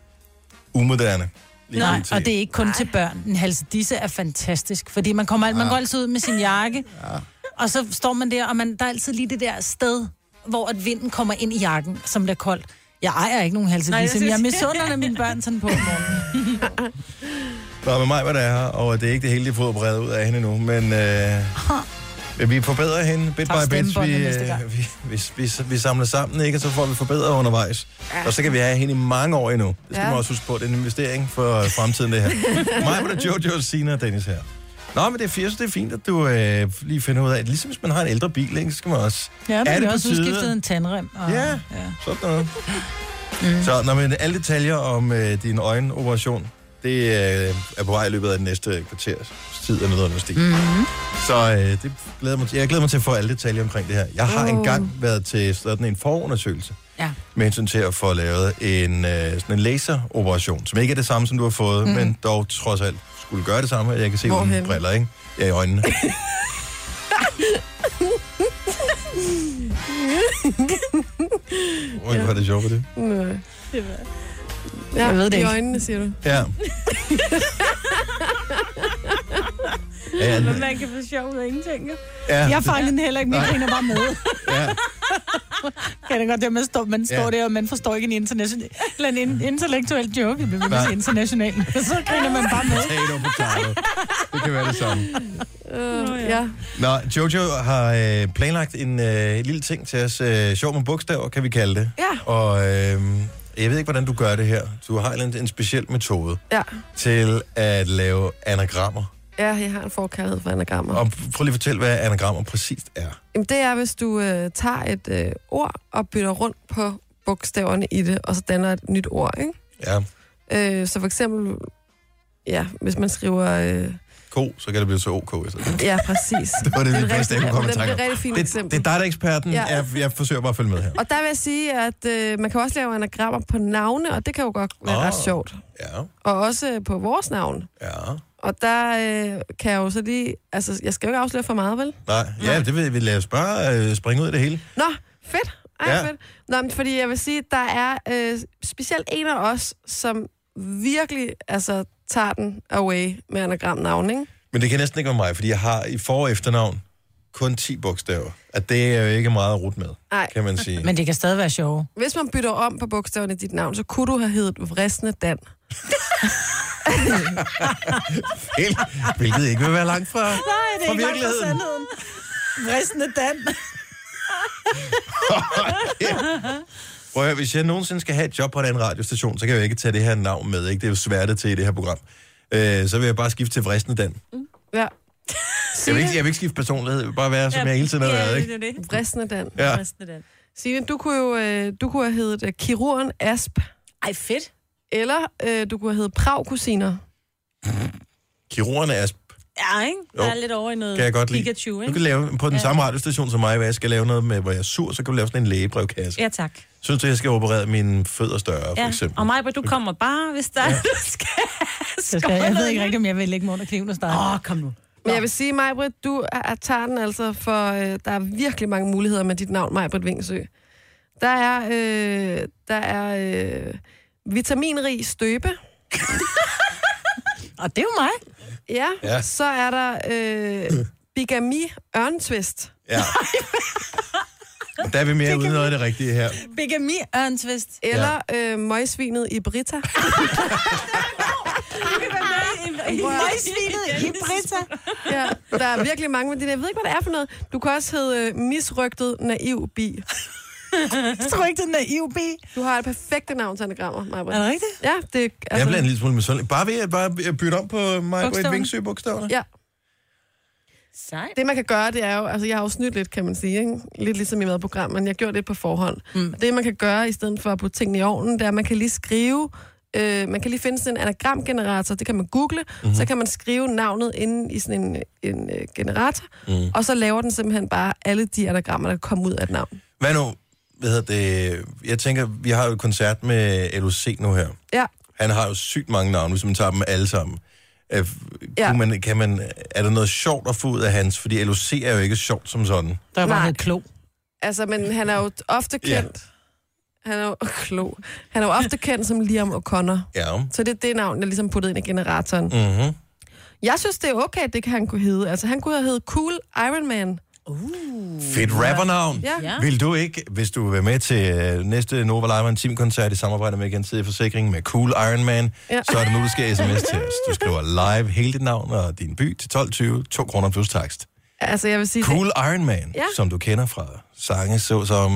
umoderne. Lige Nej, pt. og det er ikke kun Nej. til børn. En halsedisse er fantastisk, fordi man kommer alt, man Ja. går altid ud med sin jakke, ja. og så står man der, og man, der er altid lige det der sted, hvor at vinden kommer ind i jakken, som bliver koldt. Jeg ejer ikke nogen Nej, jeg halsedisse, synes- men jeg misunder mine børn sådan på om morgenen. Nå, med mig var der er her, og det er ikke det hele, de har fået bredt ud af hende endnu, men øh, vi forbedrer hende bit Tager by bit. Vi, stemmebåndet øh, næste gang. vi, vi, vi, vi samler sammen, ikke? og så får vi forbedret undervejs. Ja. Og så kan vi have hende i mange år endnu. Det skal Ja. ja. man også huske på. Det er en investering for øh, fremtiden, det her. mig var der Jojo, Sina og Dennis her. Nå, men det er, fint, så det er fint, at du øh, lige finder ud af, ligesom hvis man har en ældre bil, ikke, så skal man også... Ja, men det vi på har også tide? udskiftet en tandrem. Og, Ja. Sådan noget. Mm. Så når man alle detaljer om øh, din øjenoperation, det øh, er på vej i løbet af den næste kvarters tid eller noget af den stil. Mhm. Så øh, det glæder mig til. jeg glæder mig til at få alle detaljer omkring det her. Jeg har Åh. oh. engang været til sådan en forundersøgelse Ja. med hensyn til at få lavet en, øh, sådan en laseroperation, som ikke er det samme, som du har fået, Mhm. mm. men dog trods alt skulle gøre det samme. Jeg kan se Hvorhen? uden Hvorhenne? briller, ikke? Ja, i øjnene. Hvor er det sjovt for det? Nej. Ja, jeg ved det i ikke. øjnene, siger du. Ja. Ja, Men n- man kan få sjov ud af ingenting. jo. Ja. Jeg fangede den heller ikke, min Nej. griner bare med. Ja. Kan det godt, det man står, man står Ja. der, og man forstår ikke en, international, eller en in- intellektuel joke, jeg bliver ved med at Nej. sige international. Så griner man bare med. Potato, potato. Det kan være det samme. Uh, ja. Nå, Jojo har øh, planlagt en øh, lille ting til os. Øh, sjov med bogstaver, kan vi kalde det. Ja. Og øh, jeg ved ikke, hvordan du gør det her. Du har en, en speciel metode Ja. til at lave anagrammer. ja, jeg har en forkærlighed for anagrammer. Og pr- prøv lige at fortælle, hvad anagrammer præcist er. Jamen, det er, hvis du øh, tager et øh, ord og bytter rundt på bogstaverne i det, og så danner et nyt ord, ikke? Ja, Øh, så for eksempel, ja, hvis man skriver... Øh, ko, så kan det blive så OK. i stedet. ja, præcis. Det var det, det bedste, jeg kunne komme i det er tanke et rigtig fint det, eksempel. det er dig, der er eksperten. Ja. Ja. Jeg, jeg forsøger bare at følge med her. Og der vil jeg sige, at øh, man kan også lave anagrammer på navne, og det kan jo godt være Åh. ret sjovt. Ja. Og også øh, på vores navn. Ja. Og der øh, kan jeg jo så lige... Altså, jeg skal jo ikke afsløre for meget, vel? Nej, ja, det vil vi lade os bare øh, springe ud af det hele. Nå, fedt. Ej, Ja. ja. fedt. Nå, men fordi jeg vil sige, der er øh, specielt en af os, som virkelig altså, tager den away med anagramnavn, ikke? Men det kan næsten ikke være mig, fordi jeg har i for- og efternavn kun 10 bogstaver. At det er jo ikke meget at rute med, Nej. kan man sige. Men det kan stadig være sjovt. Hvis man bytter om på bogstaverne i dit navn, så kunne du have heddet Vristende Dan. Helt, hvilket ikke vil være langt fra, Nej, det er fra ikke langt fra virkeligheden. sandheden. Vristende Dan. Prøv at høre, hvis jeg nogensinde skal have et job på en anden radiostation, så kan jeg jo ikke tage det her navn med. Ikke? Det er jo sværtet til i det her program. Øh, så vil jeg bare skifte til vristende Dan. Ja. Jeg vil, ikke, jeg vil ikke skifte personlighed, jeg vil bare være, som jeg hele tiden har været. Ikke? Vristende Dan. Ja. Dan. Signe, du kunne jo øh, du kunne have heddet øh, Kirurgen Asp. Ej, fedt. Eller øh, du kunne have heddet Prag-kusiner. Kirurgerne er Ja, ikke? Jo. Jeg er lidt over i noget kan jeg godt lide. Pikachu, ikke? Du kan lave på den samme radiostation som mig, hvor jeg skal lave noget med, hvor jeg er sur, så kan du lave sådan en lægebrevkasse. Ja, tak. Synes du, jeg skal operere mine fødder større, for Ja. eksempel? Og mig, du kommer bare, hvis der ja. skal. Så skal jeg, jeg ved ikke rigtigt, om jeg vil lægge mig under kniven og starte. Åh, oh, kom nu. Men jeg vil sige, Majbrit, du er, tager den altså, for øh, der er virkelig mange muligheder med dit navn, Majbrit Vingsø. Der er, øh, der er øh, vitaminrig støbe. Og det er jo mig. Ja, Ja. ja. så er der øh, bigami ørntvist. Ja. Der er vi mere ude i noget af det rigtige her. Bigami Ørntvist. Eller øh, møgsvinet i Brita. Møgsvinet i Brita. Ja, der er virkelig mange med det. der. Jeg ved ikke, hvad det er for noget. Du kan også hedde øh, misrygtet naiv bi. Tror ikke, det er naiv B? Du har et perfekte navn til anagrammer, Majbrit. Er det rigtigt? Ja, det er Jeg bliver en lille smule misundelig. Bare ved at bare bytte om på mig på et Bogstaverne. vingsø bogstaverne. Ja. Sejt. Det, man kan gøre, det er jo... Altså, jeg har jo snydt lidt, kan man sige. Ikke? Lidt ligesom i madprogram, men jeg gjorde det på forhånd. Mm. Det, man kan gøre, i stedet for at putte tingene i ovnen, det er, at man kan lige skrive... Øh, man kan lige finde sådan en anagramgenerator, det kan man google, mm-hmm. så kan man skrive navnet inde i sådan en, en øh, generator, mm. og så laver den simpelthen bare alle de anagrammer, der kommer ud af et navn. Hvad nu? Hvad hedder det? Jeg tænker, vi har jo et koncert med LOC nu her. Ja, Han har jo sygt mange navne, hvis man tager dem alle sammen. Øh, Ja. Kunne man, kan man, er der noget sjovt at få ud af hans? Fordi LOC er jo ikke sjovt som sådan. Der er bare Nej. noget klog. altså, men han er jo ofte Ja. kendt... Han er jo klog. Han er jo ofte kendt som Liam O'Connor. Ja. Så det er det navn, der ligesom puttet ind i generatoren. Mm-hmm. Jeg synes, det er okay, at det kan han kunne hedde. Altså, han kunne have heddet Cool Iron Man. Fedt rappernavn. Ja. Ja. Vil du ikke, hvis du vil være med til øh, næste Nova Live en Team-koncert i samarbejde med Gensidig Forsikring med Cool Iron Man, ja. Ja. så er det nu, du skal sms til os. Du skriver live hele dit navn og din by til 12.20, 2 kroner plus takst. Altså, jeg vil sige... Cool Iron Man, ja. Ja. som du kender fra sange, såsom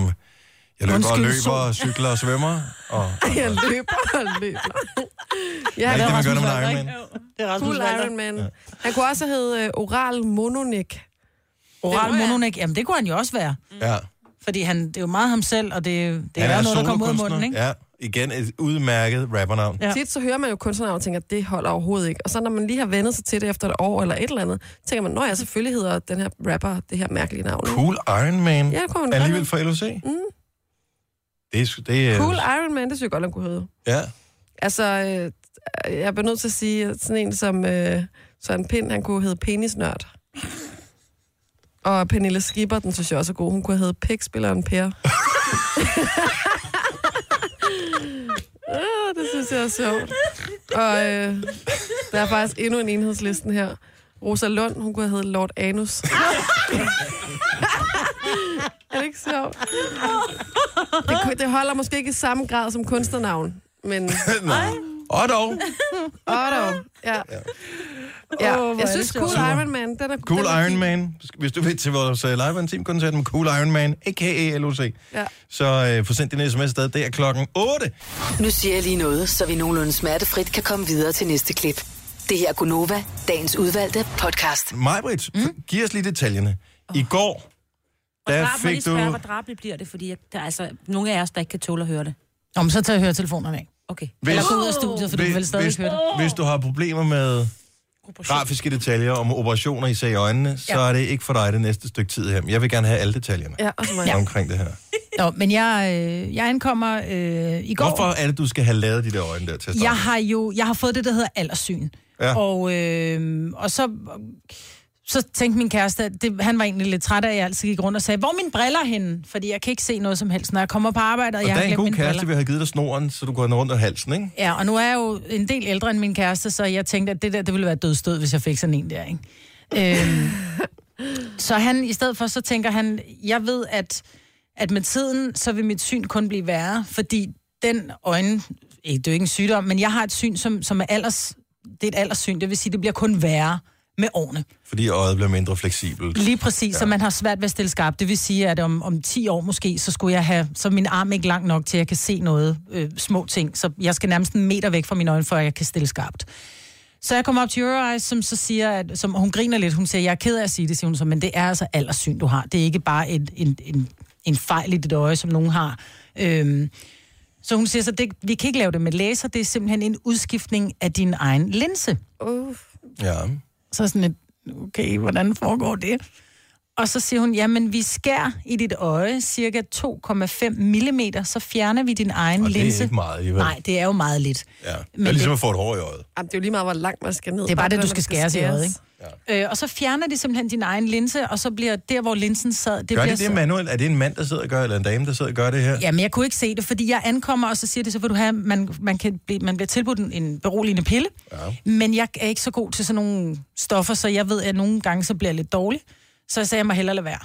Jeg løber og Undskyld, Mm. løber, cykler og svømmer. Og, Det, jeg løber og løber. ja, Ja, det, det, det var man gør, når man er Rasmus Iron Man. Det Cool Iron er Man. Han kunne også have heddet øh, Oral Mononik. Oral Det er- mononek. Jamen, det kunne han jo også være. Ja. Fordi han, det er jo meget ham selv, og det, det Han er, er noget, der kommer ud af solokunstner. munden, ikke? Ja, igen et udmærket rappernavn. Ja. Ja. Tit så hører man jo kunstnernavn og tænker, at det holder overhovedet ikke. Og så når man lige har vendet sig til det efter et år eller et eller andet, så tænker man, nå ja, selvfølgelig hedder den her rapper det her mærkelige navn. ikke?" Cool Iron Man. Ja, det kunne man godt Alligevel have. fra LOC. Mm. Det er... sgu- Det er Cool Iron Man, det synes jeg godt, han kunne hedde. ja. Altså, øh, jeg bliver nødt til at sige, at sådan en som øh, Søren Pind, han kunne hedde Penisnørd. Og Pernille Skipper, den synes jeg også er god. Hun kunne hedde Pikspilleren Per. ah, det synes jeg er sjovt. Og øh, der er faktisk endnu en enhedslisten her. Rosa Lund, hun kunne have heddet Lord Anus. er det ikke sjovt? Det, kunne- det holder måske ikke i samme grad som kunstnernavn, men... Nej. Og dog. Otto. Ja. ja. Jeg synes Cool Iron Man, den er Cool den er Iron fin. Man. Hvis du vil til vores øh, live team koncert med Cool Iron Man, a.k.a. LOC, Ja. så øh, få sendt din sms afsted. Det er klokken 8. Nu siger jeg lige noget, så vi nogenlunde smertefrit kan komme videre til næste klip. Det her er Gunova, dagens udvalgte podcast. Majbrit, mm? giv os lige detaljerne. I går, Og der drab, må lige fik spørge, du... hvor drabeligt bliver det, fordi jeg, der er altså nogle af jer, der ikke kan tåle at høre det. Nå, men så tager jeg høretelefonerne af. Okay. Hvis- Eller gå ud af studiet, for du kan vel stadig hvis, høre det. hvis du har problemer med grafiske detaljer om operationer, især i øjnene, ja. så er det ikke for dig det næste stykke tid her. Men Jeg vil gerne have alle detaljerne Ja, også mig. ja. omkring det her. Nå, men jeg, øh, jeg ankommer øh, i går. Hvorfor er det, du skal have lavet de der øjne der til at starte Jeg med? har jo jeg har fået det, der hedder alderssyn. Ja. Og, øh, og så, øhm, så tænkte min kæreste, at det, han var egentlig lidt træt af, at jeg altid gik rundt og sagde, hvor er mine briller henne? Fordi jeg kan ikke se noget som helst, når jeg kommer på arbejde, og, Og jeg der er har en glemt god mine briller. kæreste, vi har givet dig snoren, så du går den rundt om halsen, ikke? Ja, og nu er jeg jo en del ældre end min kæreste, så jeg tænkte, at det der, det ville være dødstød, hvis jeg fik sådan en der, ikke? Øhm, så han, i stedet for, så tænker han, jeg ved, at, at med tiden, så vil mit syn kun blive værre, fordi den øjne, ikke, det er jo ikke en sygdom, men jeg har et syn, som, som er alders, det er et alderssyn, det vil sige, det bliver kun værre med årene. Fordi øjet bliver mindre fleksibelt. Lige præcis, ja. så man har svært ved at stille skarpt. Det vil sige, at om, om 10 år måske, så skulle jeg have, så er min arm ikke lang nok til, at jeg kan se noget, øh, små ting. Så jeg skal nærmest en meter væk fra mine øjne, før jeg kan stille skarpt. Så jeg kommer op til Euroeyes, som så siger, at, som, hun griner lidt, hun siger, jeg er ked af at sige det, siger hun så, men det er altså alderssyn, du har. Det er ikke bare en, en, en, en fejl i dit øje, som nogen har. Øhm, så hun siger så, det, vi kan ikke lave det med laser, det er simpelthen en udskiftning af din egen linse. Uh. Ja. Så er jeg sådan lidt, okay, hvordan foregår det? Og så siger hun, jamen vi skærer i dit øje cirka 2,5 mm, så fjerner vi din egen Og det er linse. ikke meget alligevel. Nej, det er jo meget lidt. Ja. Men det Men er ligesom det- at få et hår i øjet. Jamen, det er jo lige meget, hvor langt man skal ned. Det er bare det, du hvordan skal man skæres i øjet, ikke? Ja. Øh, og så fjerner de simpelthen din egen linse, og så bliver der, hvor linsen sad... Det Det gør bliver de det så- manuelt? Er det en mand, der sidder og gør, eller en dame, der sidder og gør det her? Jamen, jeg kunne ikke se det, fordi jeg ankommer, og så siger det, så vil du have, man, man, kan blive, man bliver tilbudt en, en beroligende pille. Ja. Men jeg er ikke så god til sådan nogle stoffer, så jeg ved, at nogle gange så bliver jeg lidt dårlig. Så jeg sagde, at jeg må hellere lade være.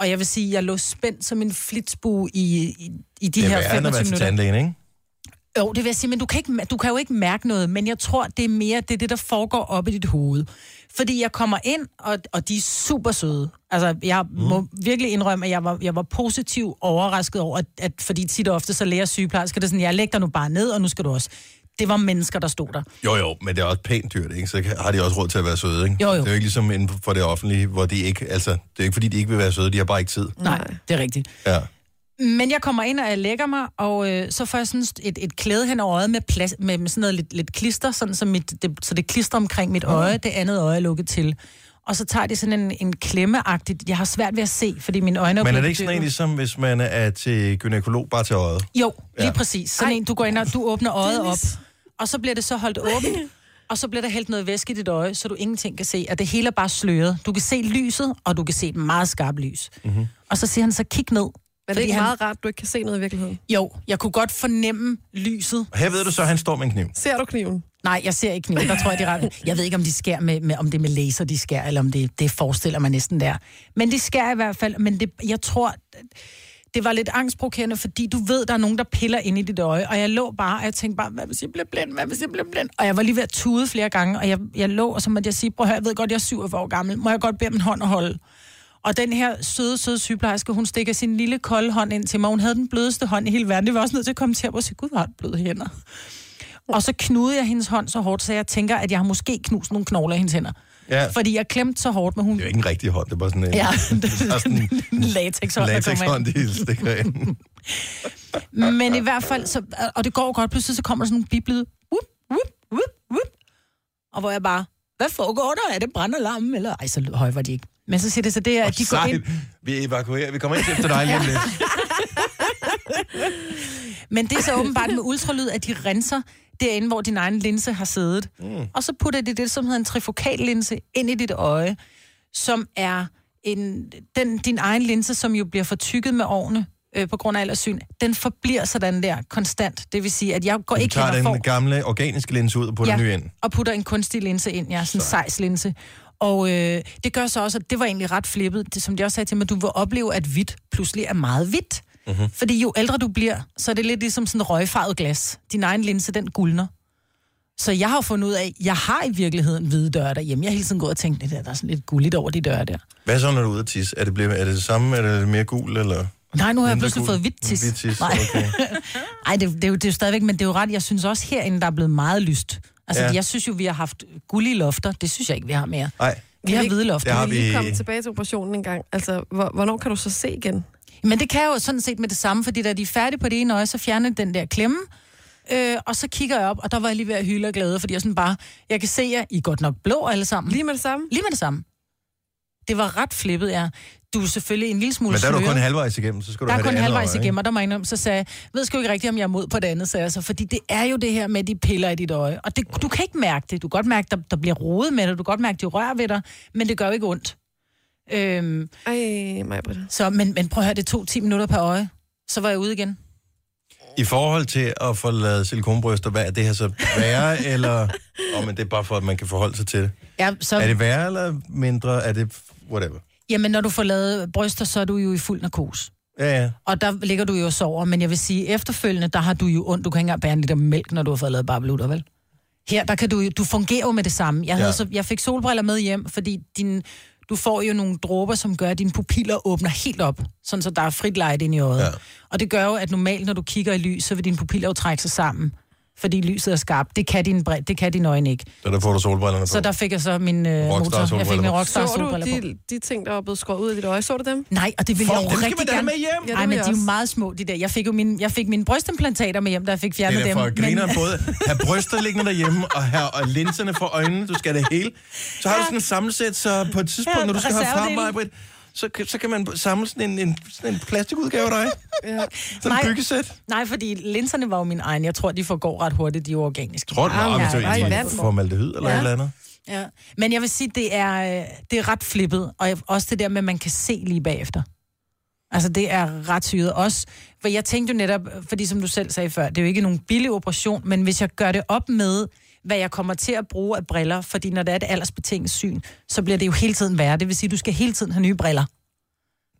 Og jeg vil sige, at jeg lå spændt som en flitsbue i, i, i de det her er værre, 25 end at være til minutter. tandlægen, ikke? Jo, det vil jeg sige, men du kan, ikke, du kan jo ikke mærke noget, men jeg tror, det er mere det, er det der foregår op i dit hoved. Fordi jeg kommer ind, og, og de er super søde. Altså, jeg mm. må virkelig indrømme, at jeg var, jeg var positiv overrasket over, at, at fordi tit og ofte så lærer sygeplejersker, det er sådan, jeg lægger dig nu bare ned, og nu skal du også. Det var mennesker, der stod der. Jo, jo, men det er også pænt dyrt, ikke? Så kan- har de også råd til at være søde, ikke? Jo, jo. Det er jo ikke ligesom inden for det offentlige, hvor de ikke, altså, det er ikke fordi, de ikke vil være søde, de har bare ikke tid. Nej, det er rigtigt. Ja. Men jeg kommer ind, og jeg lægger mig, og øh, så får jeg sådan et, et klæde hen over øjet med, plas, med, med sådan noget lidt, lidt klister, sådan, så, mit, det, så det klister omkring mit Mhm. øje, det andet øje er lukket til. Og så tager de sådan en, en klemmeagtigt. Jeg har svært ved at se, fordi mine øjne Men er blevet det ikke sådan en, bedøvet. ligesom hvis man er til gynækolog bare til øjet? Jo, lige Ja. ja. præcis. Sådan en, du går ind og du åbner øjet op, og så bliver det så holdt åbent, og så bliver der hældt noget væske i dit øje, så du ingenting kan se, og det hele er bare sløret. Du kan se lyset, og du kan se et meget skarpt lys. Mm-hmm. Og så siger han så, kig ned. Er det Fordi ikke han- meget rart, du ikke kan se noget i virkeligheden? Jo, jeg kunne godt fornemme lyset. Og her ved du så, at han står med en kniv. Ser du kniven? Nej, jeg ser ikke kniven. Der tror jeg, de ret. Jeg ved ikke, om de skærer med, med, om det er med laser, de skærer, eller om det, det forestiller mig næsten der. Men de skærer i hvert fald. Men det, jeg tror, det var lidt angstprovokerende, fordi du ved, der er nogen, der piller ind i dit øje. Og jeg lå bare, og jeg tænkte bare, hvad hvis jeg bliver blind? Hvad hvis jeg bliver blind? Og jeg var lige ved at tude flere gange, og jeg, jeg lå, og så måtte jeg sige, prøv at høre, jeg ved godt, jeg er 47 år gammel. Må jeg godt bede om en hånd at holde? Og den her søde, søde sygeplejerske, hun stikker sin lille kolde hånd ind til mig. Hun havde den blødeste hånd i hele verden. Det var også nødt til at komme til at sige, gud, hvor har du bløde hænder. Og så knudede jeg hendes hånd så hårdt, så jeg tænker, at jeg har måske knust nogle knogler i hendes hænder. Ja. Fordi jeg klemte så hårdt, men hun... Det er jo ikke en rigtig hånd, det er bare sådan en Ja, det er bare sådan en latexhånd, der kommer latexhånd, ind. de stikker ind. Men i hvert fald, så, og det går jo godt, pludselig så kommer der sådan nogle biblede, whoop, whoop, whoop, whoop, og hvor jeg bare, hvad foregår der? Er det brandalarm? Eller, ej, så lød- høj var de ikke. Men så siger det så det, er, at de går Sejt. ind... Vi evakuerer, vi kommer ind efter dig lige om lidt. Men det er så åbenbart med ultralyd, at de renser derinde, hvor din egen linse har siddet. Mm. Og så putter de det, som hedder en trifokal linse, ind i dit øje, som er en, den, din egen linse, som jo bliver fortykket med årene øh, på grund af aldersyn. Den forbliver sådan der konstant. Det vil sige, at jeg går Vi ikke hen tager og den får... gamle organiske linse ud og putter den nye ind. Og putter en kunstig linse ind, ja, sådan en sejs linse. Og øh, det gør så også, at det var egentlig ret flippet, det, som de også sagde til mig, du vil opleve, at hvidt pludselig er meget hvidt. Mhm. Mm-hmm. Fordi jo ældre du bliver, så er det lidt ligesom sådan røgfarvet glas. Din egen linse, den guldner. Så jeg har jo fundet ud af, jeg har i virkeligheden hvide døre derhjemme. Jeg har hele tiden gået og tænkt, det der, der er sådan lidt gulligt over de døre der. Hvad så, når du er ude at tisse? Er det, blevet, er det det samme? Er det mere gul, eller... Nej, nu har jeg mindre pludselig gul? fået hvidt tis. Hvidt tis, Nej. okay. Ej, det, det, er jo, det er jo stadigvæk, men det er jo ret. Jeg synes også herinde, der er blevet meget lyst. Altså, Ja. ja. jeg synes jo, vi har haft gullige lofter. Det synes jeg ikke, vi har mere. Nej. Vi har hvide lofter. Det har Kan vi lige vi- Øh. komme tilbage til operationen en gang? Altså, hvor, hvornår kan du så se igen? Men det kan jeg jo sådan set med det samme, fordi da de er færdige på det ene øje, så fjerner de den der klemme. Øh, og så kigger jeg op, og der var jeg lige ved at hylde og glæde, fordi jeg sådan bare, jeg kan se jer, I er godt nok blå alle sammen. Lige med det samme? Lige med det samme. Det var ret flippet, ja. Du er selvfølgelig en lille smule Men der er du sløret. kun halvvejs igennem, så skal du Der er have kun det andet halvvejs øje, ikke? igennem, og der må jeg indrømme, så sagde jeg, ved sgu ikke rigtigt, om jeg er mod på det andet, sagde jeg så, fordi det er jo det her med, at de piller i dit øje, og det, du kan ikke mærke det, du kan godt mærke, der, der bliver rodet med dig, du kan godt mærke, de rører ved dig, men det gør jo ikke ondt. Øhm, Ej, mig på det. Så, men, men prøv at høre, det tog 10 minutter per øje, så var jeg ude igen. I forhold til at få lavet silikonbryster, hvad er det her så værre, eller... Åh, men det er bare for, at man kan forholde sig til det. Ja, så, Er det værre eller mindre? Er det whatever? Jamen, når du får lavet bryster, så er du jo i fuld narkose. Ja, ja. Og der ligger du jo og sover, men jeg vil sige, efterfølgende, der har du jo ondt. Du kan ikke engang bære en liter mælk, når du har fået lavet barbelutter, vel? Her, der kan du jo- du fungerer jo med det samme. Jeg, havde Ja. så, jeg fik solbriller med hjem, fordi din, du får jo nogle dråber, som gør, at dine pupiller åbner helt op, sådan så der er frit light ind i øjet. Ja. Og det gør jo, at normalt, når du kigger i lys, så vil dine pupiller jo trække sig sammen, fordi lyset er skarpt. Det kan din, det kan din øjne ikke. Så der får du solbrillerne på. Så der fik jeg så min øh, motor. Jeg fik solbriller min på. rockstar Så du solbriller på. de, de ting, der var blevet skåret ud af dit øje? Så du dem? Nej, og det ville For jeg jo dem skal rigtig man da have gerne. med hjem. Ja, det Ej, vil men jeg de er jo også. meget små, de der. Jeg fik jo mine, jeg fik mine brystimplantater med hjem, da jeg fik fjernet Det er dem. derfor, at Men- grineren både have bryster liggende derhjemme, og have og linserne for øjnene, du skal have det hele. Så har du sådan en sammensæt, så på et tidspunkt, Ja, når du skal have frem, reservedele. Majbrit, så, kan- så kan man samle sådan en, en, sådan en plastikudgave af dig. Ja. Sådan et byggesæt. Nej, fordi linserne var jo min egen. Jeg tror, de forgår ret hurtigt. De er jo organiske. Tror du, Ja, ah, hvis ja, det ja. er en formaldehyd eller Ja. et eller andet? Ja. Men jeg vil sige, det er, øh, det er ret flippet. Og jeg- også det der med, at man kan se lige bagefter. Altså, det er ret syret også. For jeg tænkte jo netop, fordi som du selv sagde før, det er jo ikke nogen billig operation, men hvis jeg gør det op med, hvad jeg kommer til at bruge af briller, fordi når der er et aldersbetinget syn, så bliver det jo hele tiden værre. Det vil sige, du skal hele tiden have nye briller.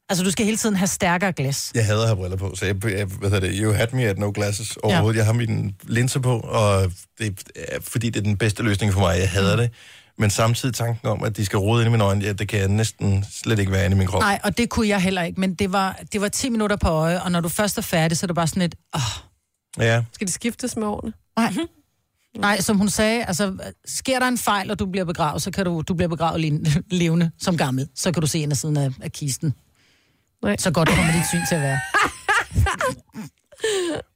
Altså, du skal hele tiden have stærkere glas. Jeg hader at have briller på, så jeg, jeg hvad hedder det, you had me at no glasses overhovedet. Ja. Jeg har mine linser på, og det er, fordi det er den bedste løsning for mig. Jeg hader Mm. det. Men samtidig tanken om, at de skal rode ind i mine øjne, ja, det kan jeg næsten slet ikke være inde i min krop. Nej, og det kunne jeg heller ikke, men det var, det var 10 minutter på øje, og når du først er færdig, så er det bare sådan et, åh, Ja. Skal det skiftes med årene? nej. Nej, som hun sagde, altså, sker der en fejl, og du bliver begravet, så kan du, du bliver begravet lin- levende som gammel. Så kan du se ind af siden af, af kisten. Nej. Så godt kommer dit syn til at være.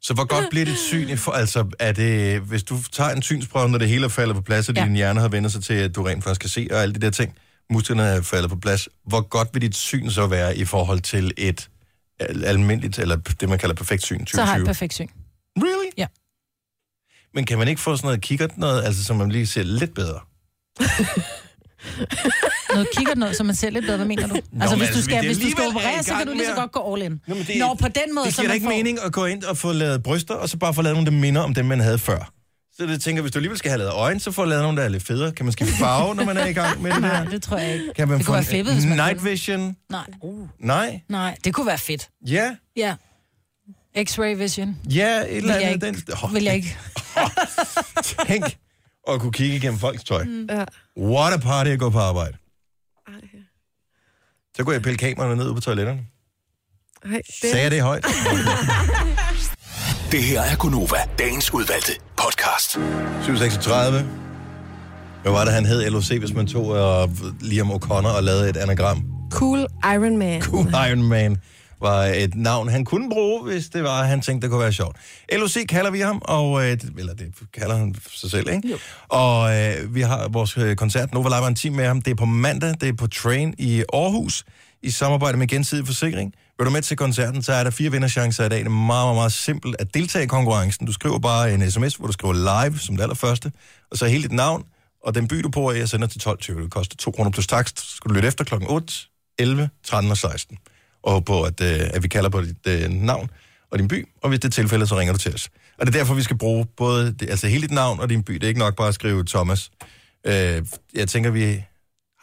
Så hvor godt bliver dit syn? i For, altså, er det, hvis du tager en synsprøve, når det hele falder på plads, og ja. din hjerne har vendt sig til, at du rent faktisk kan se, og alle de der ting, musklerne er faldet på plads, hvor godt vil dit syn så være i forhold til et al- almindeligt, eller det man kalder perfekt syn 2020? Så har jeg et perfekt syn. Really? Ja. Men kan man ikke få sådan noget kikkert noget, altså som man lige ser lidt bedre? Noget kigger noget, så man ser lidt bedre, hvad mener du? Nå, altså, men hvis du altså, skal, det er hvis du skal alligevel er i operere, så kan gang du lige så med at- godt gå all in. Nå, men det- Nå, på den måde, det så giver da man ikke får... mening at gå ind og få lavet bryster, og så bare få lavet nogle, der minder om dem, man havde før. Så jeg tænker, hvis du alligevel skal have lavet øjne, så får lavet nogle, der er lidt federe. Kan man skifte farve, når man er i gang med det Nej, der? det tror jeg ikke. Kan man det få kunne en være flippet, hvis man night kunne. vision? Nej. Nej. Nej, det kunne være fedt. Ja. Ja. X-ray vision. Ja, et eller Vil jeg andet. Den... ikke. Åh, Vil jeg ikke. tænk at kunne kigge igennem folks tøj. Mm. Ja. What a party at gå på arbejde. Så går jeg og pille kameraerne ned ude på toiletterne. Ej, Sagde jeg det højt? Det her er Gunova, dagens udvalgte podcast. 736. Hvad var det, han hed LOC, hvis man tog uh, Liam O'Connor og lavede et anagram? Cool Iron Man. Cool Iron Man var et navn, han kunne bruge, hvis det var, han tænkte, det kunne være sjovt. LOC kalder vi ham, og, øh, det- eller det kalder han sig selv, ikke? Jo. Og øh, vi har vores øh, koncert, Nova Live har en time med ham. Det er på mandag, det er på Train i Aarhus, i samarbejde med Gensidig Forsikring. Vil du med til koncerten, så er der fire vinderchancer i dag. Det er meget, meget, meget simpelt at deltage i konkurrencen. Du skriver bare en sms, hvor du skriver live som det allerførste, og så hele dit navn, og den by, du bor i, jeg sender til 12.20. Det koster 2 kroner plus takst. Så skal du lytte efter klokken 8, 11, 13 og 16 og håbe på, at, øh, at vi kalder på dit øh, navn og din by, og hvis det er tilfældet, så ringer du til os. Og det er derfor, vi skal bruge både det, altså hele dit navn og din by. Det er ikke nok bare at skrive Thomas. Øh, jeg tænker, vi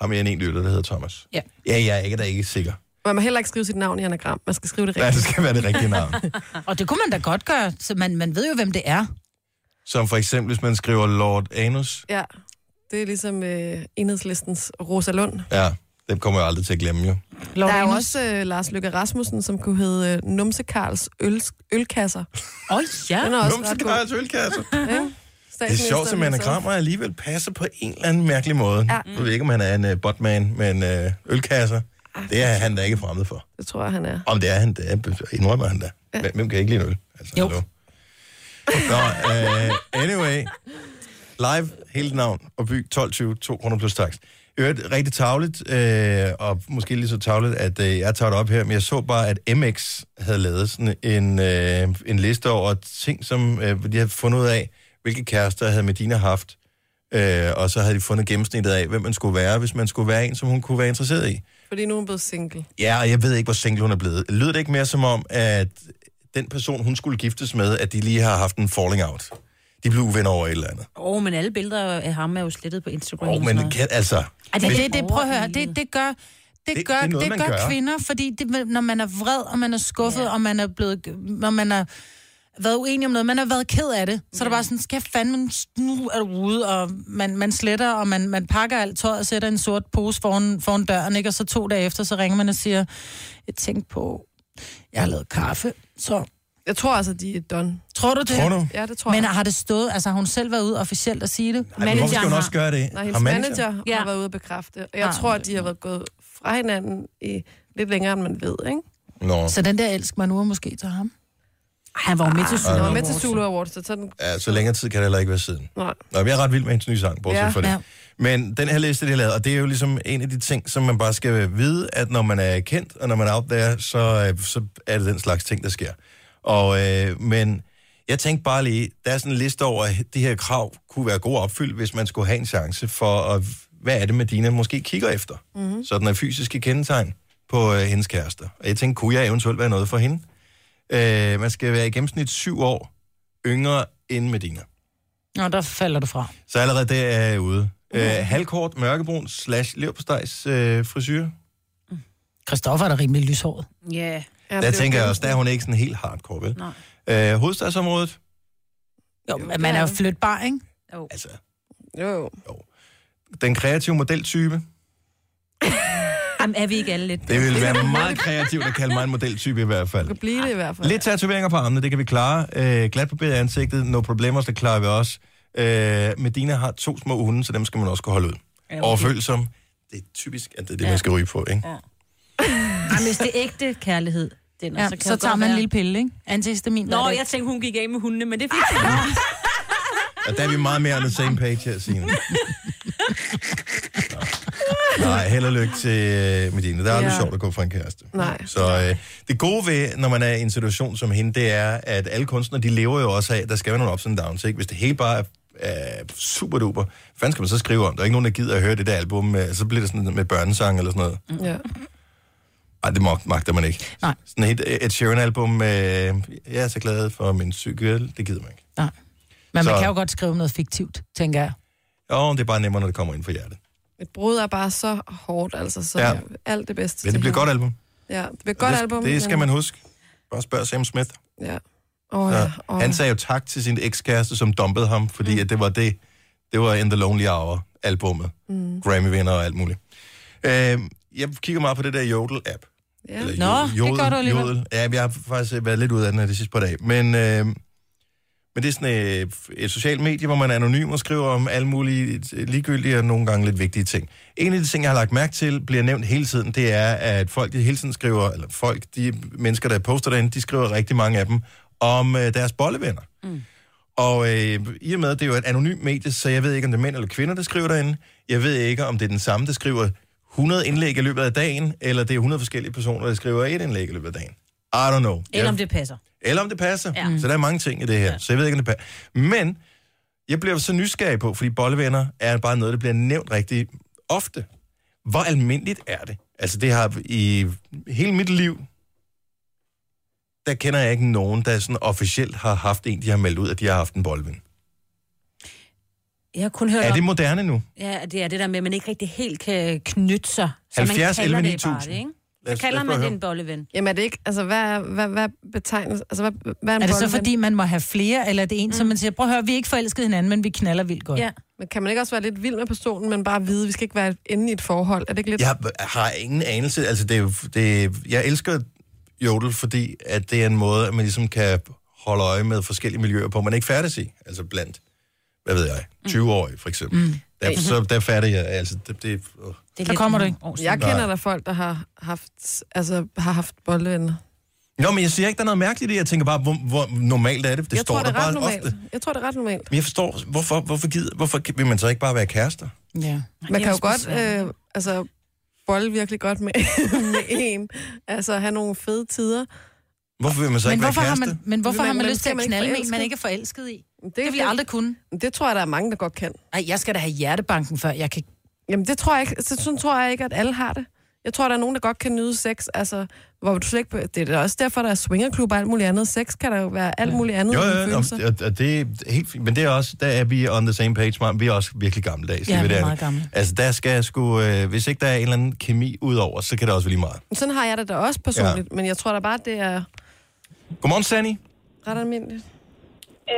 har mere end en lytter, der hedder Thomas. Ja. Ja, jeg er ikke, der er ikke sikker. Man må heller ikke skrive sit navn i anagram. Man skal skrive det Ja, rigtigt. det skal være det rigtige navn. Og det kunne man da godt gøre, så man, man ved jo, hvem det er. Som for eksempel, hvis man skriver Lord Anus. Ja, det er ligesom øh, enhedslistens Rosa Lund. Ja, det kommer jeg aldrig til at glemme jo. Lord der er jo også øh, Lars Løkke Rasmussen, som kunne hedde øh, Numse Karls øl, ølkasser. Åh oh, ja, Den er også Numse ret god. Karls ølkasser. Ja. Det er sjovt, at Statsministeren anagrammer alligevel passer på en eller anden mærkelig måde. Ja. Jeg ved ikke, om han er en uh, botman, men uh, ølkasser, det er han da ikke fremmed for. Ah. Det tror jeg, han er. Om det er han, det er, indrømmer han da. Hvem- Hvem kan ikke lide en øl? Altså, jo. Hallo. Nå, øh, uh, anyway. Live, hele navn og by 12.20, 2 kroner plus takst. I øvrigt, rigtig tavligt, øh, og måske lige så tavligt, at øh, jeg tager det op her, men jeg så bare, at MX havde lavet sådan en, øh, en liste over ting, som øh, de havde fundet ud af, hvilke kærester havde Medina haft, øh, og så havde de fundet gennemsnittet af, hvem man skulle være, hvis man skulle være en, som hun kunne være interesseret i. Fordi nu er hun blevet single. Ja, og jeg ved ikke, hvor single hun er blevet. Lyder det ikke mere som om, at den person, hun skulle giftes med, at de lige har haft en falling out? De blev uvenner over et eller andet. Åh, oh, men alle billeder af ham er jo slettet på Instagram. Åh, oh, men kan, altså... Er det, hvis- det, det, prøv at høre, det, det gør... Det, Det- gør, det er det, noget, det man gør, gør. kvinder, fordi det, når man er vred, og man er skuffet, ja. og man er blevet, og man er været uenig om noget, man har været ked af det, så er det bare sådan, skal jeg fandme, nu er du ude, og man, man sletter, og man, man pakker alt tøjet og sætter i en sort pose foran, foran døren, ikke? og så to dage efter, så ringer man og siger, jeg tænkte på, jeg har lavet kaffe, så... Jeg tror altså, de er done. Tror du det? Tror du? Ja, det tror Men jeg. har det stået, altså har hun selv været ude officielt og sige det? men hvorfor skal hun også gøre det? Nej, Har hendes manager- manager, manager ja. har været ude at bekræfte. Og jeg Ah, tror, at de har været gået fra hinanden i lidt længere, end man ved, ikke? Nå. Så den der elsk mig nu er måske til ham? Ej, han var jo med til Zulu Ah. Han var med Awards. til Zulu Awards, så tager den... Ja, så længere tid kan det heller ikke være siden. Nej. Nå, men jeg er ret vild med hendes nye sang, bortset ja. Ja. for det. Ja. Men den her liste, de har lavet, og det er jo ligesom en af de ting, som man bare skal vide, at når man er kendt, og når man er out there, så, øh, så er det den slags ting, der sker. Og, øh, men jeg tænkte bare lige, der er sådan en liste over, at de her krav kunne være gode opfyldt, hvis man skulle have en chance for, at, hvad er det, Medina måske kigger efter? Mm-hmm. Sådan er fysiske kendetegn på øh, hendes kærester. Og jeg tænkte, kunne jeg eventuelt være noget for hende? Øh, man skal være i gennemsnit syv år yngre end Medina. Nå, der falder du fra. Så allerede det er jeg ude. Mm. Øh, halvkort, mørkebrun, slash leverpostejs øh, frisyr. Mm. Christoffer er da rimelig lyshåret. Ja. Ja, der tænker jeg også, der er hun ikke sådan helt hardcore, vel? Øh, hovedstadsområdet, Jo, men man er jo flytbar, Ah, ikke? Jo. Altså. Jo, jo. den kreative modeltype. Jamen, er vi ikke alle lidt? Det ville være meget kreativt at kalde mig en modeltype i hvert fald. kan blive det i hvert fald. Lidt tatoveringer på armene, det kan vi klare. Øh, glat på bedre ansigtet, no problemer, det klarer vi også. Øh, Medina har to små hunde, så dem skal man også kunne holde ud. Ja, okay. Overfølsom. Det er typisk, at det er det, Ja. man skal ryge på, ikke? Ej, men hvis det er ægte kærlighed, den, Ja, så, altså, kan så det tager godt man en være- lille pille, ikke? Antihistamin. hvad er Nå, det? jeg tænkte, hun gik af med hundene, men det fik jeg ikke. Og der er vi meget mere on the same page her, Signe. Nå. Nej, held og lykke til øh, Medina. Det er aldrig Ja. sjovt at gå fra en kæreste. Nej. Så øh, det gode ved, når man er i en situation som hende, det er, at alle kunstnere, de lever jo også af, at der skal være nogle ups and downs. Ikke? Hvis det hele bare er, er super duper, hvad fanden skal man så skrive om? Der er ikke nogen, der gider at høre det der album. øh, Så bliver det sådan med børnesang eller sådan noget. Ja. Nej, det mag- magter man ikke. Nej. Sådan et, et Sheeran-album, øh, jeg er så glad for min cykel, det gider man ikke. Nej. Men man Så- kan jo godt skrive noget fiktivt, tænker jeg. Jo, det er bare nemmere, når det kommer ind fra hjertet. Et brud er bare så hårdt, altså. Så Ja. ja. alt det bedste. Ja, det til bliver et hende. godt album. Ja, det bliver et godt det, album. Det skal men- man huske. Bare spørg Sam Smith. Ja. Åh, Så, ja. Åh, Mm. han sagde jo tak til sin ekskæreste, som dumpede ham, fordi at det var det. Det var In the Lonely Hour albummet. Mm. Grammy-vinder og alt muligt. Øh, jeg kigger meget på det der Jodel-app. ja. Eller Nå, jo- det jodel, gør du alligevel. jodel. Ja, men jeg har faktisk øh, været lidt ud af den her de sidste par dage. Men, øh, men det er sådan øh, et socialt medie, hvor man er anonym og skriver om alle mulige øh, ligegyldige og nogle gange lidt vigtige ting. En af de ting, jeg har lagt mærke til, bliver nævnt hele tiden, det er, at folk de hele tiden skriver, eller folk, de mennesker, der poster derinde, de skriver rigtig mange af dem, om øh, deres bollevenner. Og øh, i og med, at det er jo et anonymt medie, så jeg ved ikke, om det er mænd eller kvinder, der skriver derinde. Jeg ved ikke, om det er den samme, der skriver 100 indlæg i løbet af dagen, eller det er 100 forskellige personer, der skriver et indlæg i løbet af dagen. I don't know. Eller om Jeg- det passer. eller om det passer. Ja. Ja. Så der er mange ting i det her. Ja. Så jeg ved ikke, om det passer. Men jeg bliver så nysgerrig på, fordi bollevenner er bare noget, der bliver nævnt rigtig ofte. Hvor almindeligt er det? Altså det har i hele mit liv, der kender jeg ikke nogen, der sådan officielt har haft en, de har meldt ud, at de har haft en bolleven. Jeg har kun hørt Er det om, moderne nu? ja, det er det der med, at man ikke rigtig helt kan knytte sig. Så 70, man kalder 11, det bare 9000. det, ikke? Lad os- Så lad kalder os man bare det høre. en bolleven. Jamen er det ikke, altså hvad, er- hvad, hvad betegnes, altså hvad, hvad er en Er det så bolleven? fordi, man må have flere, eller er det en, mm. som man siger, prøv at høre, vi er ikke forelskede hinanden, men vi knaller vildt godt. Ja. Men kan man ikke også være lidt vild med personen, men bare vide, at vi skal ikke være inde i et forhold? Er det ikke lidt... Jeg har- har ingen anelse. Altså, det er, jo- det, er- jeg elsker jodel, fordi at det er en måde, at man ligesom kan holde øje med forskellige miljøer på, man ikke færdes i. Altså blandt, hvad ved jeg, 20-årige for eksempel. Mm. Der, så der færdig jeg, altså det, det åh. Det er Der lidt kommer du nogle ikke. år siden. Jeg kender Nej. da folk, der har haft, altså, har haft bollevenner. Nå, men jeg siger ikke, der er noget mærkeligt i det. Jeg tænker bare, hvor, hvor normalt er det? Det jeg står tror, der det er ret bare normalt. ofte. Jeg tror, det er ret normalt. Men jeg forstår, hvorfor, hvorfor, gider, hvorfor vil man så ikke bare være kærester? Ja. Man kan jo godt øh, altså, bolle virkelig godt med, med en. Altså have nogle fede tider. Hvorfor vil man så Men ikke være hvorfor har kæreste? man- Men hvorfor Men har man man lyst til skal at man ikke knalde en, forelske. man ikke er forelsket i? Det, det vil jeg aldrig kunne. Det tror jeg, der er mange, der godt kan. Nej, jeg skal da have hjertebanken, før jeg kan... Jamen, det tror jeg ikke. Så, sådan tror jeg ikke, at alle har det. Jeg tror, der er nogen, der godt kan nyde sex. Altså, hvor du slet ikke... Det er da også derfor, der er swingerklubber og alt muligt andet. Sex kan der jo være alt muligt andet. Jo, end jo, jo, følelser. og- og det er helt fint. Men det er også, der er vi on the same page, man. Vi er også virkelig gammeldags. Ja, lige ved vi er det meget her. gamle. Altså, der skal jeg sgu... Øh, hvis ikke der er en eller anden kemi udover, så kan det også være lige meget. Sådan har jeg det da også personligt. Ja. Men jeg tror da bare, det er Godmorgen, Sanni. ret almindeligt. Øh,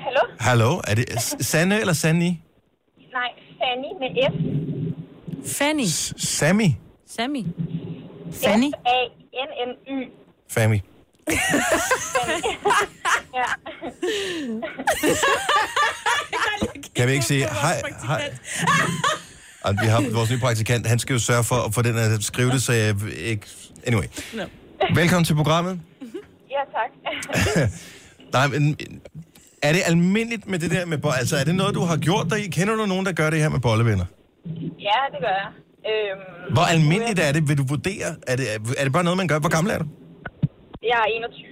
hallo? Hallo, er det S- Sanne eller Sanni? Nej, Fanny med F. Fanny. Sammy? Sammy. Fanny? F-A-N-N-Y. Fammy. ja. Kan vi ikke sige hej? hej? Og vi har vores nye praktikant, han skal jo sørge for at få den at skrive det, så jeg ikke... Anyway. No. Velkommen til programmet. ja, tak. Nej, men er det almindeligt med det der med bolle? Altså, er det noget, du har gjort dig i? Kender du nogen, der gør det her med bollevenner? ja, det gør jeg. Øhm, Hvor almindeligt er det? Vil du vurdere? Er det, er det bare noget, man gør? Hvor gammel er du? Jeg er 21.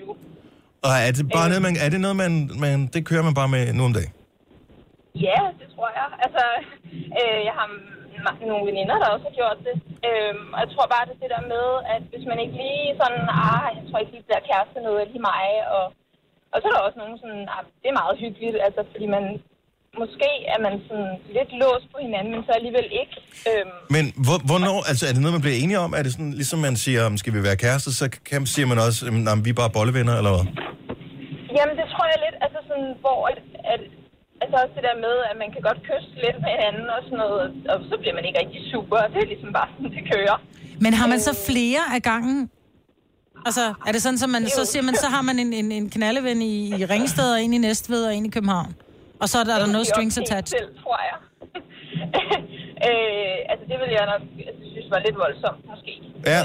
Og er det bare noget, man, er det noget, man, man, det kører man bare med nu om dagen? Ja, det tror jeg. Altså, øh, jeg har ma- nogle veninder, der også har gjort det. Øhm, og jeg tror bare, det er det der med, at hvis man ikke lige sådan, ah, jeg tror ikke lige, det der kæreste er noget lige mig, og, og så er der også nogen sådan, ah, det er meget hyggeligt, altså, fordi man, måske er man sådan lidt låst på hinanden, men så alligevel ikke. Øhm, Men hvor, hvornår, altså er det noget, man bliver enige om? Er det sådan, ligesom man siger, om skal vi være kærester, så kan, siger man også, "Jamen, nej, men vi er bare bollevenner, eller hvad? Jamen, det tror jeg lidt, altså sådan, hvor at, at, altså også det der med, at man kan godt kysse lidt med hinanden og sådan noget, og så bliver man ikke rigtig super, og det er ligesom bare sådan, det kører. Men har man så flere af gangen? Altså, er det sådan, så man, så siger man, så har man en, en, en knaldeven i, i Ringsted, og en i Næstved, og en i København. Og så er der, der no Det er strings også helt attached. Selv, tror jeg. øh, altså, det ville jeg nok altså, synes var lidt voldsomt, måske. Øh, Ja.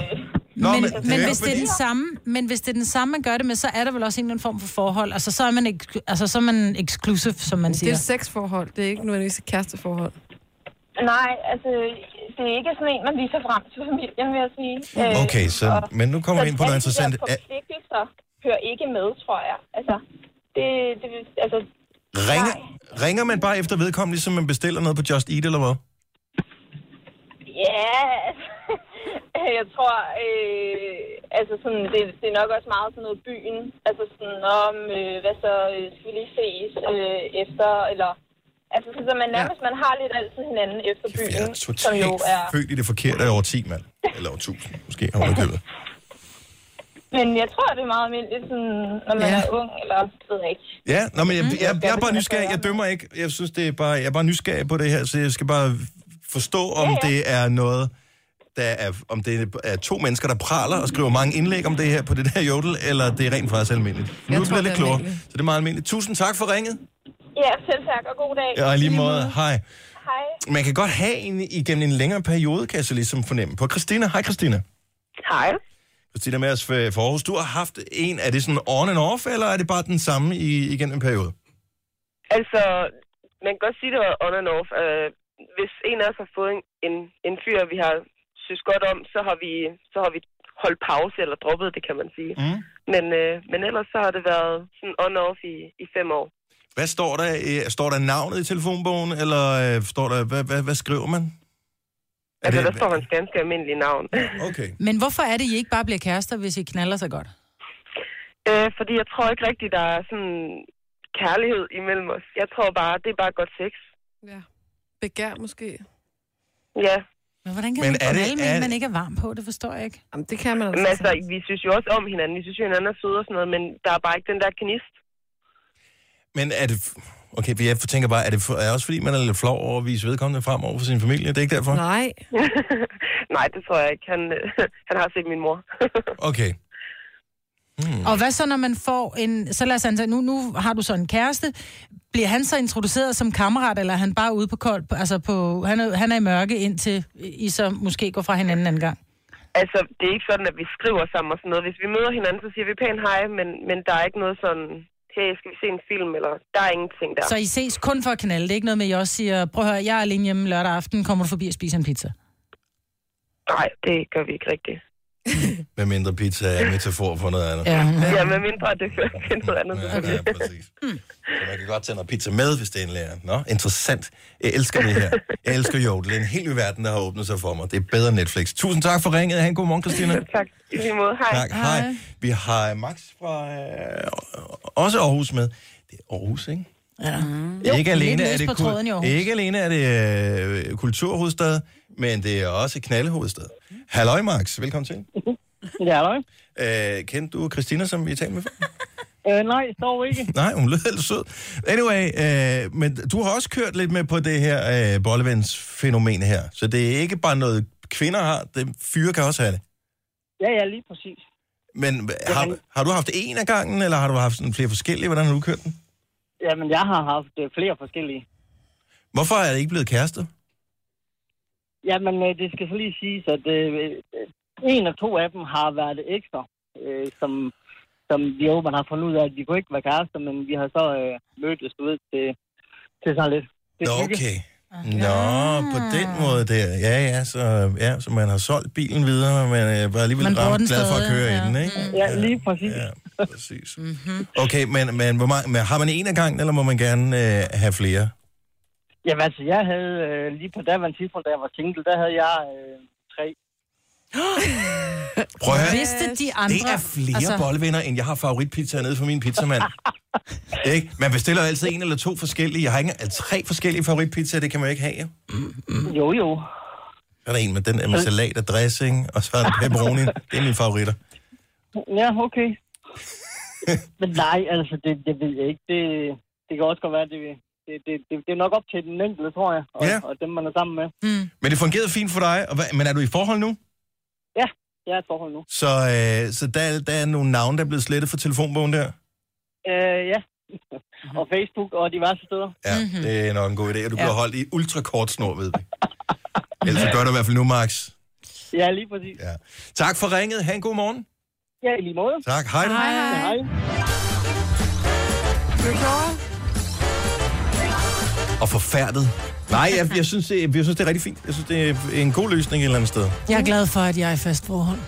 Nå, men, er men, men jo hvis det er fordi- den samme, men hvis det er den samme, man gør det med, så er der vel også en eller anden form for forhold. Altså, så er man, ek- altså, så er man exclusive, som man Det er siger. et sexforhold. Det er ikke nødvendigvis et kæresteforhold. Nej, altså, det er ikke sådan en, man viser frem til familien, vil jeg sige. Øh, Okay, så, og- men nu kommer vi så ind på noget alle de der interessant. Er- forpligtelser hører ikke med, tror jeg. Altså, det, det, altså, Ringer, ringer man bare efter vedkommende, ligesom man bestiller noget på Just Eat, eller hvad? Ja, yeah. jeg tror, øh, altså sådan, det, det er nok også meget sådan noget byen. Altså sådan om, øh, hvad så, øh, skal vi lige ses øh, efter, eller... Altså sådan, så man nærmest, man har lidt altid hinanden efter byen, Jeg er som jo totalt er... født i det forkerte over 10, mand. Eller over 1000, måske, har hun købet. Men jeg tror, det er meget almindeligt, sådan, når man Ja. er ung, eller ved jeg ikke. Ja, nå, Mm. men jeg, jeg, jeg, jeg er bare nysgerrig. Jeg dømmer ikke. Jeg synes, det er bare, jeg er bare nysgerrig på det her, så jeg skal bare forstå, Ja, om ja, ja. ja. det er noget, der er, om det er to mennesker, der praler og skriver mange indlæg om det her på det der jodel, eller det er rent faktisk almindeligt. Nu bliver tror, jeg det lidt er klogere, almindeligt. så det er meget almindeligt. Tusind tak for ringet. Ja, selv tak, og god dag. Ja, og i lige måde. Hej. Hej. Man kan godt have en igennem en længere periode, kan jeg så ligesom fornemme. På Christina. Hej, Christina. Hej. Christina med os fra fra Aarhus. Du har haft en, er det sådan on and off, eller er det bare den samme i, igennem en periode? Altså, man kan godt sige, det var on and off. Uh, hvis en af os har fået en, en, en fyr, vi har synes godt om, så har vi, så har vi holdt pause eller droppet det, kan man sige. Mm. Men, uh, men ellers så har det været sådan on and off i, i fem år. Hvad står der? Øh, Står der navnet i telefonbogen, eller øh, står der, hvad, hvad, hvad skriver man? Er Altså, der står hans ganske almindelige navn. Okay. Men hvorfor er det, I ikke bare bliver kærester, hvis I knaller så godt? Øh, fordi jeg tror ikke rigtigt, der er sådan kærlighed imellem os. Jeg tror bare, det er bare godt sex. Ja. Begær måske. Ja. Men hvordan kan Men man er det- knalde med er- en, man ikke er varm på? Det forstår jeg ikke. Jamen, det kan man Men altså, vi synes jo også om hinanden. Vi synes jo, hinanden er søde og sådan noget, men der er bare ikke den der gnist. Men er det... Okay, for jeg tænker bare, er det, for, er det også fordi, man er lidt flov over at vise vedkommende frem over for sin familie? Det er ikke derfor? Nej. Nej, det tror jeg ikke. Han, øh, han har set min mor. Okay. Mm. Og hvad så, når man får en... Så lad os antage, nu, nu har du så en kæreste. Bliver han så introduceret som kammerat, eller er han bare ude på kold... Altså, på, han, er, han er i mørke, indtil I så måske går fra hinanden en gang? altså, det er ikke sådan, at vi skriver sammen og sådan noget. Hvis vi møder hinanden, så siger vi pænt hej, men, men der er ikke noget sådan hey, skal vi se en film, eller der er ingenting der. Så I ses kun for at knalde. Det er ikke noget med, at I også siger, prøv at høre, jeg er alene hjemme lørdag aften, kommer du forbi og spiser en pizza? Nej, det gør vi ikke rigtigt. Med mindre pizza er en metafor for noget andet. Ja, ja med mindre det fører til noget andet. Ja, ja, præcis. Så man kan godt tage noget pizza med, hvis det endelig er. Nå, interessant. Jeg elsker det her. Jeg elsker Jodel. Det er en helt ny verden, der har åbnet sig for mig. Det er bedre end Netflix. Tusind tak for ringet. Ha' en god morgen, Christina. tak. I lige måde. Hej. Tak. Hej. Vi har Max fra øh, også Aarhus med. Det er Aarhus, ikke? Ja. Jo, ikke, alene Mm. lidt er løs det på tråden i Aarhus. ikke alene er det øh, kulturhovedstad, men det er også knaldehovedstad. Halløj, Max. Velkommen til. Ja, halløj. Øh, kendte du Christina, som vi talte med før? Øh, nej, dog ikke. Nej, hun lød helt sød. Anyway, øh, men du har også kørt lidt med på det her øh, bollevens-fænomen her. Så det er ikke bare noget, kvinder har. Det, fyre kan også have det. Ja, ja, lige præcis. Men har, har du haft en af gangen, eller har du haft sådan flere forskellige? Hvordan har du kørt den? Jamen, jeg har haft øh, flere forskellige. Hvorfor er det ikke blevet kærester? Jamen, øh, det skal så lige siges, at øh, øh, en og to af dem har været ekstra, øh, som, som vi jo, man har fundet ud af, at vi kunne ikke være kærester, men vi har så øh, mødtes ud til, til sådan lidt. Det Nå, okay. Ah. Nå, på den måde der. Ja, ja, så, ja, så man har solgt bilen videre, men øh, var alligevel Man bruger ramt den glad for at stadig, køre ja. i den, ikke? Ja, lige præcis. Ja, præcis. Okay, men, men, hvor mange, men har man en af gangen, eller må man gerne øh, have flere? Jamen, altså, jeg havde øh, lige på daværende tidspunkt, da jeg var single, der havde jeg øh, tre. Prøv at høre. Vidste de andre... Det er flere altså... bollevinder, end jeg har favoritpizzaer nede for min pizzamand. ikke? Man bestiller jo altid en eller to forskellige. Jeg har ikke engang- tre forskellige favoritpizzaer, det kan man jo ikke have. Jo, Jo, jo. Så er der en med, den, er med salat og dressing, og så er der pepperoni. det er mine favoritter. Ja, okay. Men nej, altså, det, det ved jeg ikke. Det, det kan også godt være, det, det, det, det, det er nok op til den enkelte, tror jeg, og, Ja. og dem, man er sammen med. Men det fungerede fint for dig, og hvad, men er du i forhold nu? Ja, jeg er i et forhold nu. Så, øh, så der, der er nogle navne, der er blevet slettet fra telefonbogen der? Øh, ja, og Facebook og diverse steder. Ja, mm-hmm. det er nok en god idé, og du Ja. bliver holdt i ultrakort snor, ved vi. Ellers så gør du i hvert fald nu, Max. Ja, lige præcis. Ja. Tak for ringet. Ha' en god morgen. Ja, i lige måde. Tak. Hej. Hej, hej. hej. Og forfærdet. Nej, jeg, jeg, synes, det, jeg synes, det er rigtig fint. Jeg synes, det er en god løsning et eller andet sted. Jeg er glad for, at jeg er i fast forhold. Og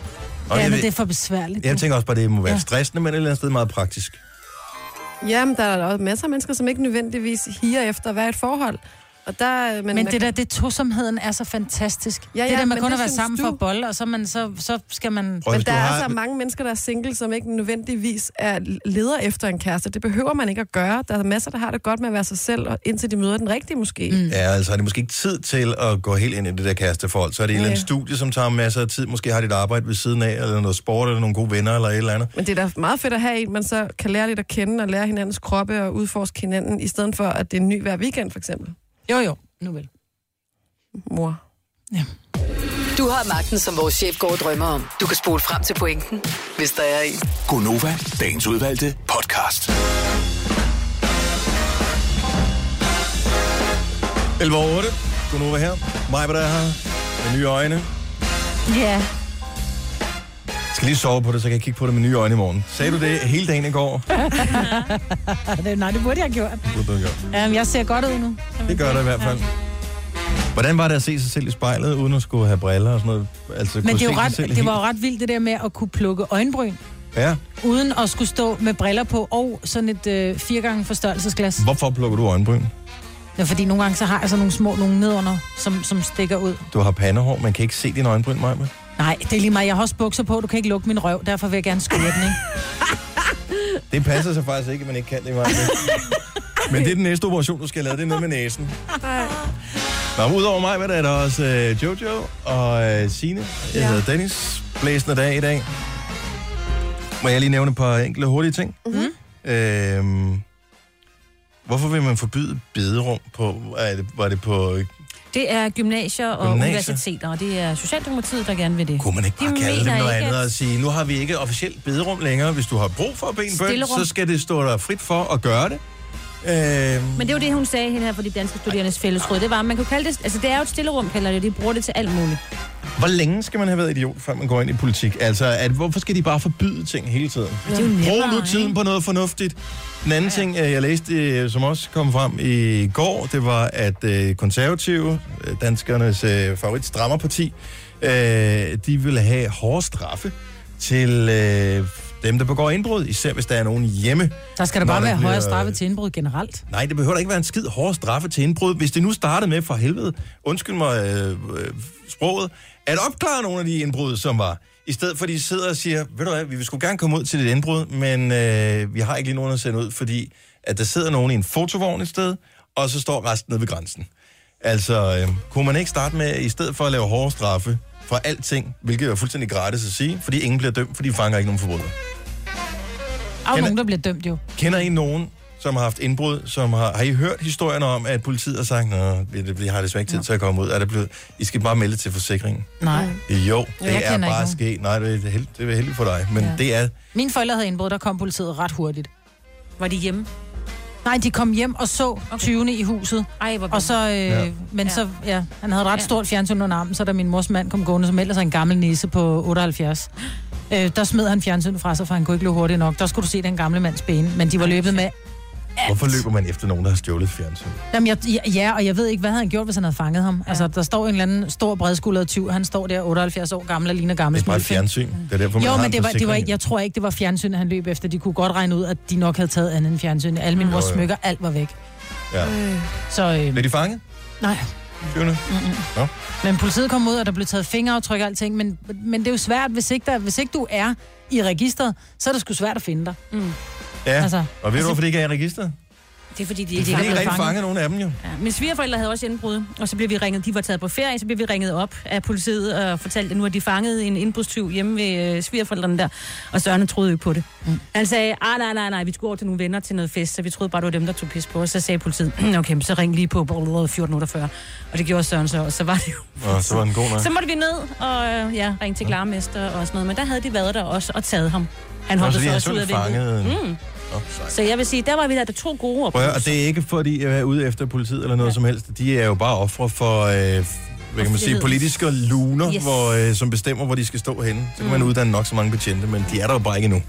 Og jeg ja, men ved- det er for besværligt. Jeg tænker også bare, det må være Ja. stressende, men et eller andet sted meget praktisk. Jamen, der er da også masser af mennesker, som ikke nødvendigvis higer efter at være i et forhold. Og der, øh, Men, men det der, det tosomheden er så fantastisk. Ja, ja, det der med men kun det at være synes sammen du. du... for at bolle, og så, man, så, så skal man... Men der er altså mange mennesker, der er single, som ikke nødvendigvis er leder efter en kæreste. Det behøver man ikke at gøre. Der er masser, der har det godt med at være sig selv, og indtil de møder den rigtige måske. Mm. Ja, altså har de måske ikke tid til at gå helt ind i det der kæresteforhold. Så er det en eller anden Ja. studie, som tager masser af tid. Måske har de et arbejde ved siden af, eller noget sport, eller nogle gode venner, eller et eller andet. Men det er da meget fedt at have en, man så kan lære lidt at kende, og lære hinandens kroppe, og udforske hinanden, i stedet for, at det er en ny hver weekend, for eksempel. Jo, jo. Nu vel. Mor. Du har magten, som vores chef går og drømmer om. Du kan spole frem til pointen, hvis der er en. Gonova, dagens udvalgte podcast. 11 over 8. Godnova her. Mig, der er her. Med nye øjne. Ja. Jeg skal lige sove på det, så jeg kan kigge på det med nye øjne i morgen. Sagde du det hele dagen i går? det, nej, det burde jeg have gjort. Det burde du have gjort. Um, jeg ser godt ud nu. Det gør der i hvert fald. Hvordan var det at se sig selv i spejlet, uden at skulle have briller og sådan noget? Altså, Men kunne det, er jo se sig ret, selv det var helt- jo ret vildt, det der med at kunne plukke øjenbryn, Ja. uden at skulle stå med briller på og sådan et øh, fire gange forstørrelsesglas. Hvorfor plukker du øjenbryn? Ja, fordi nogle gange så har jeg sådan nogle små nogle nedunder, som, som stikker ud. Du har pandehår, man kan ikke se dine øjenbryn, Maja. Nej, det er lige mig. Jeg har også bukser på. Du kan ikke lukke min røv. Derfor vil jeg gerne skure den, ikke? Det passer sig faktisk ikke, at man ikke kan det, Maja. Men det er den næste operation, du skal lave, det er noget med næsen. Nå, udover mig, hvad der er der også øh, Jojo og øh, Sine. Jeg Ja. hedder Dennis. Blæsende dag i dag. Må jeg lige nævne et par enkle hurtige ting? Mhm. Mm-hmm. Øhm, hvorfor vil man forbyde bederum på... Er det, var det på... Det er gymnasier og Gymnasier? gymnasier. universiteter, og det er Socialdemokratiet, der gerne vil det. Kunne man ikke bare De kalde mener dem noget ikke, andet at- og sige, nu har vi ikke officielt bederum længere. Hvis du har brug for at bede en bøn, Stillerum. så skal det stå dig frit for at gøre det. Øhm, Men det var det, hun sagde hende her for de danske studerendes fællesråd. Det var, at man kunne kalde det... Altså, det er jo et stillerum, kalder det. De bruger det til alt muligt. Hvor længe skal man have været idiot, før man går ind i politik? Altså, at, hvorfor skal de bare forbyde ting hele tiden? Det er jo Brug nemmere, nu tiden på noget fornuftigt. Den anden ting, øh, jeg læste, øh, som også kom frem i går, det var, at øh, konservative, øh, danskernes øh, favorit strammerparti, øh, de vil have hårde straffe til øh, dem, der begår indbrud, især hvis der er nogen hjemme. Der skal der når bare være bliver- øh, højere straffe til indbrud generelt. Nej, det behøver da ikke være en skid hård straffe til indbrud. Hvis det nu startede med, for helvede, undskyld mig øh, øh, sproget, at opklare nogle af de indbrud, som var. I stedet for, at de sidder og siger, ved du hvad, vi vil sgu gerne komme ud til dit indbrud, men øh, vi har ikke lige nogen at sende ud, fordi at der sidder nogen i en fotovogn et sted, og så står resten nede ved grænsen. Altså, øh, kunne man ikke starte med, i stedet for at lave hårde straffe for alting, hvilket er fuldstændig gratis at sige, fordi ingen bliver dømt, fordi de fanger ikke nogen forbrydere. Der er jo Kender- nogen, der bliver dømt jo. Kender I nogen, som har haft indbrud, som har... Har I hørt historierne om, at politiet har sagt, Nå, vi, vi har desværre ikke tid til at komme ud. Er det blevet... I skal bare melde til forsikringen. Nej. Jo, Jeg det er kender bare ikke sket. Nej, det er, held, det er heldigt for dig. Men ja. det er... Mine forældre havde indbrud, der kom politiet ret hurtigt. Var de hjemme? Nej, de kom hjem og så okay. 20. i huset. Ej, hvor og så, øh, Ja. ja. Men så, ja, han havde et ret stort fjernsyn under armen, så da min mors mand kom gående, som ellers er en gammel nisse på 78. Øh, der smed han fjernsynet fra sig, for han kunne ikke løbe hurtigt nok. Der skulle du se den gamle mands ben, men de var løbet med... Hvorfor løber man efter nogen, der har stjålet et fjernsyn? Jamen, jeg, ja, ja, og jeg ved ikke, hvad havde han gjort, hvis han havde fanget ham. Ja. Altså, der står en eller anden stor bredskuldret tyv, han står der 78 år gammel og ligner gammel. Det er bare et smulfing. fjernsyn. Det er derfor, man Jo, har men en det var, det var forsikring. ikke, jeg tror ikke, det var fjernsyn, han løb efter. De kunne godt regne ud, at de nok havde taget andet end fjernsyn. Alle mine Mm. mors Jo, jo. smykker, alt var væk. Ja. Så, øh, Blev de fanget? nej. Tyvene? Nå. Men politiet kom ud, og der blev taget fingeraftryk og alting. Men, men det er jo svært, hvis ikke, der, hvis ikke du er i registret, så er det sgu svært at finde dig. Mm. Ja, altså, Altså, og ved du, altså- hvorfor det ikke er i registret? Det er fordi, de, Det er de fordi, de ikke rigtig fanger nogen af dem jo. Ja, mine svigerforældre havde også indbrud, og så blev vi ringet, de var taget på ferie, så blev vi ringet op af politiet og fortalt, at nu har de fanget en indbrudstyv hjemme ved øh, svigerforældrene der, og Søren troede jo ikke på det. Mm. Han sagde, ah, nej, nej, nej, vi skulle over til nogle venner til noget fest, så vi troede bare, det var dem, der tog pis på os. Så sagde politiet, "Mm, okay, men så ring lige på 1448, og det gjorde Søren så, og så var det jo Nå, så var den god nok. så måtte vi ned og øh, ja, ringe til Klarmester og sådan noget, men der havde de været der også og taget ham. Han Nå, så hoppede de så havde også ud af selv fanget vinduet. en- Mm. Nå, sejt. Så jeg vil sige, der var vi der, der to gode Prøv at, høre, oplevelser. og det er ikke fordi, jeg er ude efter politiet eller noget ja. som helst. De er jo bare ofre for, øh, hvad kan man sige, friheden. politiske luner, yes. Yes. hvor, øh, som bestemmer, hvor de skal stå henne. Så kan mm. man Mm. uddanne nok så mange betjente, men de er der jo bare ikke endnu.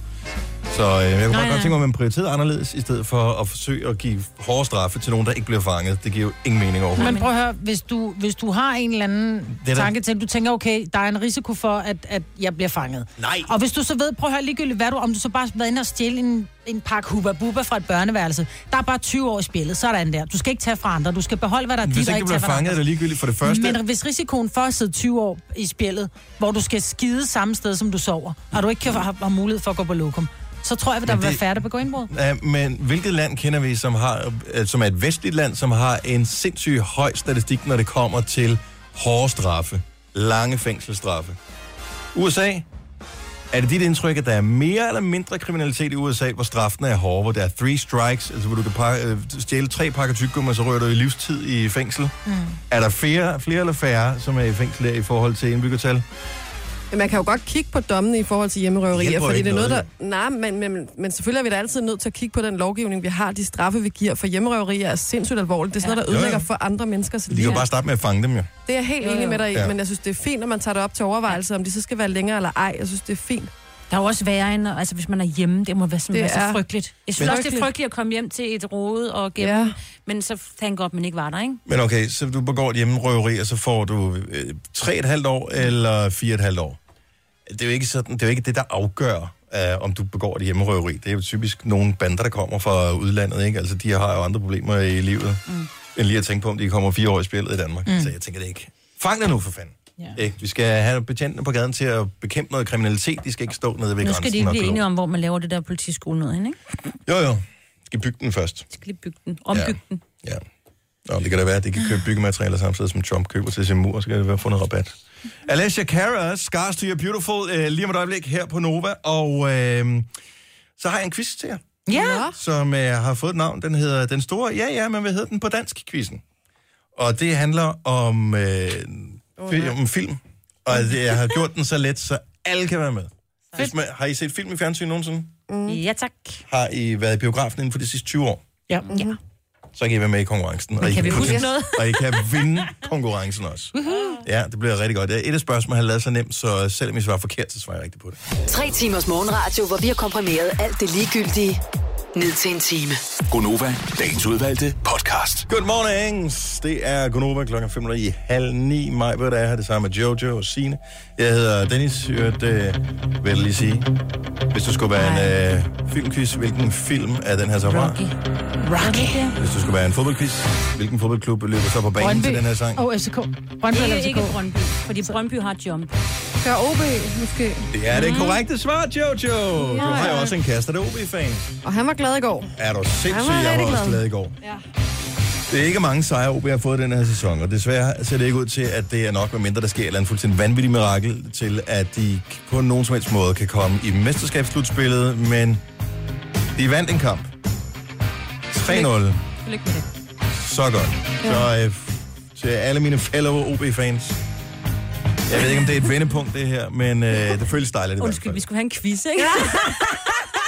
Så øh, jeg kunne Nej, bare godt nej. tænke mig, at man prioriterede anderledes, i stedet for at forsøge at give hårde straffe til nogen, der ikke bliver fanget. Det giver jo ingen mening overhovedet. Men prøv at høre, hvis du, hvis du har en eller anden Det er da- tanke til, du tænker, okay, der er en risiko for, at, at jeg bliver fanget. Nej. Og hvis du så ved, prøv at høre ligegyldigt, hvad du, om du så bare har været inde og stjæle en, en pakke Hubba Bubba fra et børneværelse. Der er bare 20 år i spillet, sådan der. Du skal ikke tage fra andre, du skal beholde, hvad der er dit, Hvis og ikke du bliver tage fra fanget, er andre. det ligegyldigt for det første. Men hvis risikoen for at sidde 20 år i spillet, hvor du skal skide samme sted, som du sover, og du ikke kan have, have mulighed for at gå på lokum, så tror jeg, at der Men vil være det- færre, der begår indbrud. Ja, men hvilket land kender vi, som, har, øh, som er et vestligt land, som har en sindssygt høj statistik, når det kommer til hårde straffe, lange fængselsstraffe? USA? Er det dit indtryk, at der er mere eller mindre kriminalitet i USA, hvor straffen er hård, hvor der er three strikes, altså hvor du kan pakke, øh, stjæle tre pakker tyggegummi, og så rører du i livstid i fængsel? Mm. Er der flere, flere eller færre, som er i fængsel der i forhold til indbyggertal? Men man kan jo godt kigge på dommene i forhold til hjemmerøverier, Hjælper fordi ikke det er noget, der... noget, Nej, men, men, men selvfølgelig er vi da altid nødt til at kigge på den lovgivning, vi har. De straffe, vi giver for hjemmerøverier, er sindssygt alvorligt. Det er sådan noget, der Ja. Jo, jo. ødelægger for andre menneskers De kan liv. jo bare starte med at fange dem, jo. Det er jeg helt Jo, enig jo. med dig i, Ja. ja. men jeg synes, det er fint, når man tager det op til overvejelse, om de så skal være længere eller ej. Jeg synes, det er fint. Der er jo også værre end, altså hvis man er hjemme, det må være, Det simpelthen være er så frygteligt. Jeg synes Men- men, også, det er frygteligt at komme hjem til et rode og gemme, ja. men så tænker op, at man ikke var der, ikke? Men okay, så du begår et hjemmerøveri, og så får du øh, 3,5 år eller 4,5 år. Det er jo ikke, sådan, det, er jo ikke det, der afgør, øh, om du begår et hjemmerøveri. Det er jo typisk nogle bander, der kommer fra udlandet. Ikke? Altså, de har jo andre problemer i livet, mm. end lige at tænke på, om de kommer fire år i spillet i Danmark. Mm. Mm. Så jeg tænker det ikke. Fang dig nu for fanden. Ja. Ikke? Vi skal have betjentene på gaden til at bekæmpe noget kriminalitet. De skal ikke stå nede ved Nu grænsen. skal de ikke og blive glo. enige om, hvor man laver det der politiskole noget hen, ikke? Jo, jo. De skal bygge den først. Skal lige bygge den, ombygge ja. den. Nå, det kan da være, at de kan købe byggematerialer samtidig, som Trump køber til sin mur, så kan det være fundet rabat. Alessia Cara, Scars to Your Beautiful, øh, lige om et øjeblik her på Nova, og øh, så har jeg en quiz til jer, Ja. som øh, har fået et navn. Den hedder Den Store, ja ja, men hvad hedder den på dansk, quizzen? Og det handler om, øh, fi- om film, og det- jeg har gjort den så let, så alle kan være med. Hvis man, har I set film i fjernsyn nogensinde? Mm. Ja, tak. Har I været i biografen inden for de sidste 20 år? Ja. ja. så kan I være med i konkurrencen. Men kan vi huske vinde- noget? og I kan vinde konkurrencen også. Ja, det bliver rigtig godt. Det er Et af spørgsmålene, han lavede så nemt, så selvom I svarer forkert, så svarer jeg rigtigt på det. Tre timers morgenradio, hvor vi har komprimeret alt det ligegyldige ned til en time. Gonova, dagens udvalgte podcast. Good morning. Det er Gonova klokken 5 i halv ni. Maj, hvad der er her, det samme med Jojo og Sine. Jeg hedder Dennis, hørt, øh, vil jeg lige sige. Hvis du skulle være en øh, filmquiz, hvilken film er den her så fra? Rocky. Hvis du skulle være en fodboldquiz, hvilken fodboldklub løber så på banen til den her sang? Og oh, FCK. Brøndby eller Ikke, FCK. ikke Brøndby, fordi Brøndby har jump. Gør OB, måske. Det er det korrekte svar, Jojo. Du har jo også en kæreste, der er OB-fan. Og han var glad i går. Er du Han sindssyg? var Jeg var rigtig også glad. glad i går. Det er ikke mange sejre, OB har fået den her sæson, og desværre ser det ikke ud til, at det er nok, medmindre der sker et eller andet fuldstændig vanvittigt mirakel, til at de på nogen som helst måde kan komme i mesterskabsslutspillet, men de vandt en kamp. 3-0. Tillykke med det. Så godt. Så øh, til alle mine fellow OB-fans. Jeg ved ikke, om det er et vendepunkt, det her, men øh, det føles dejligt i hvert Mm. Undskyld, vi skulle have en quiz, ikke?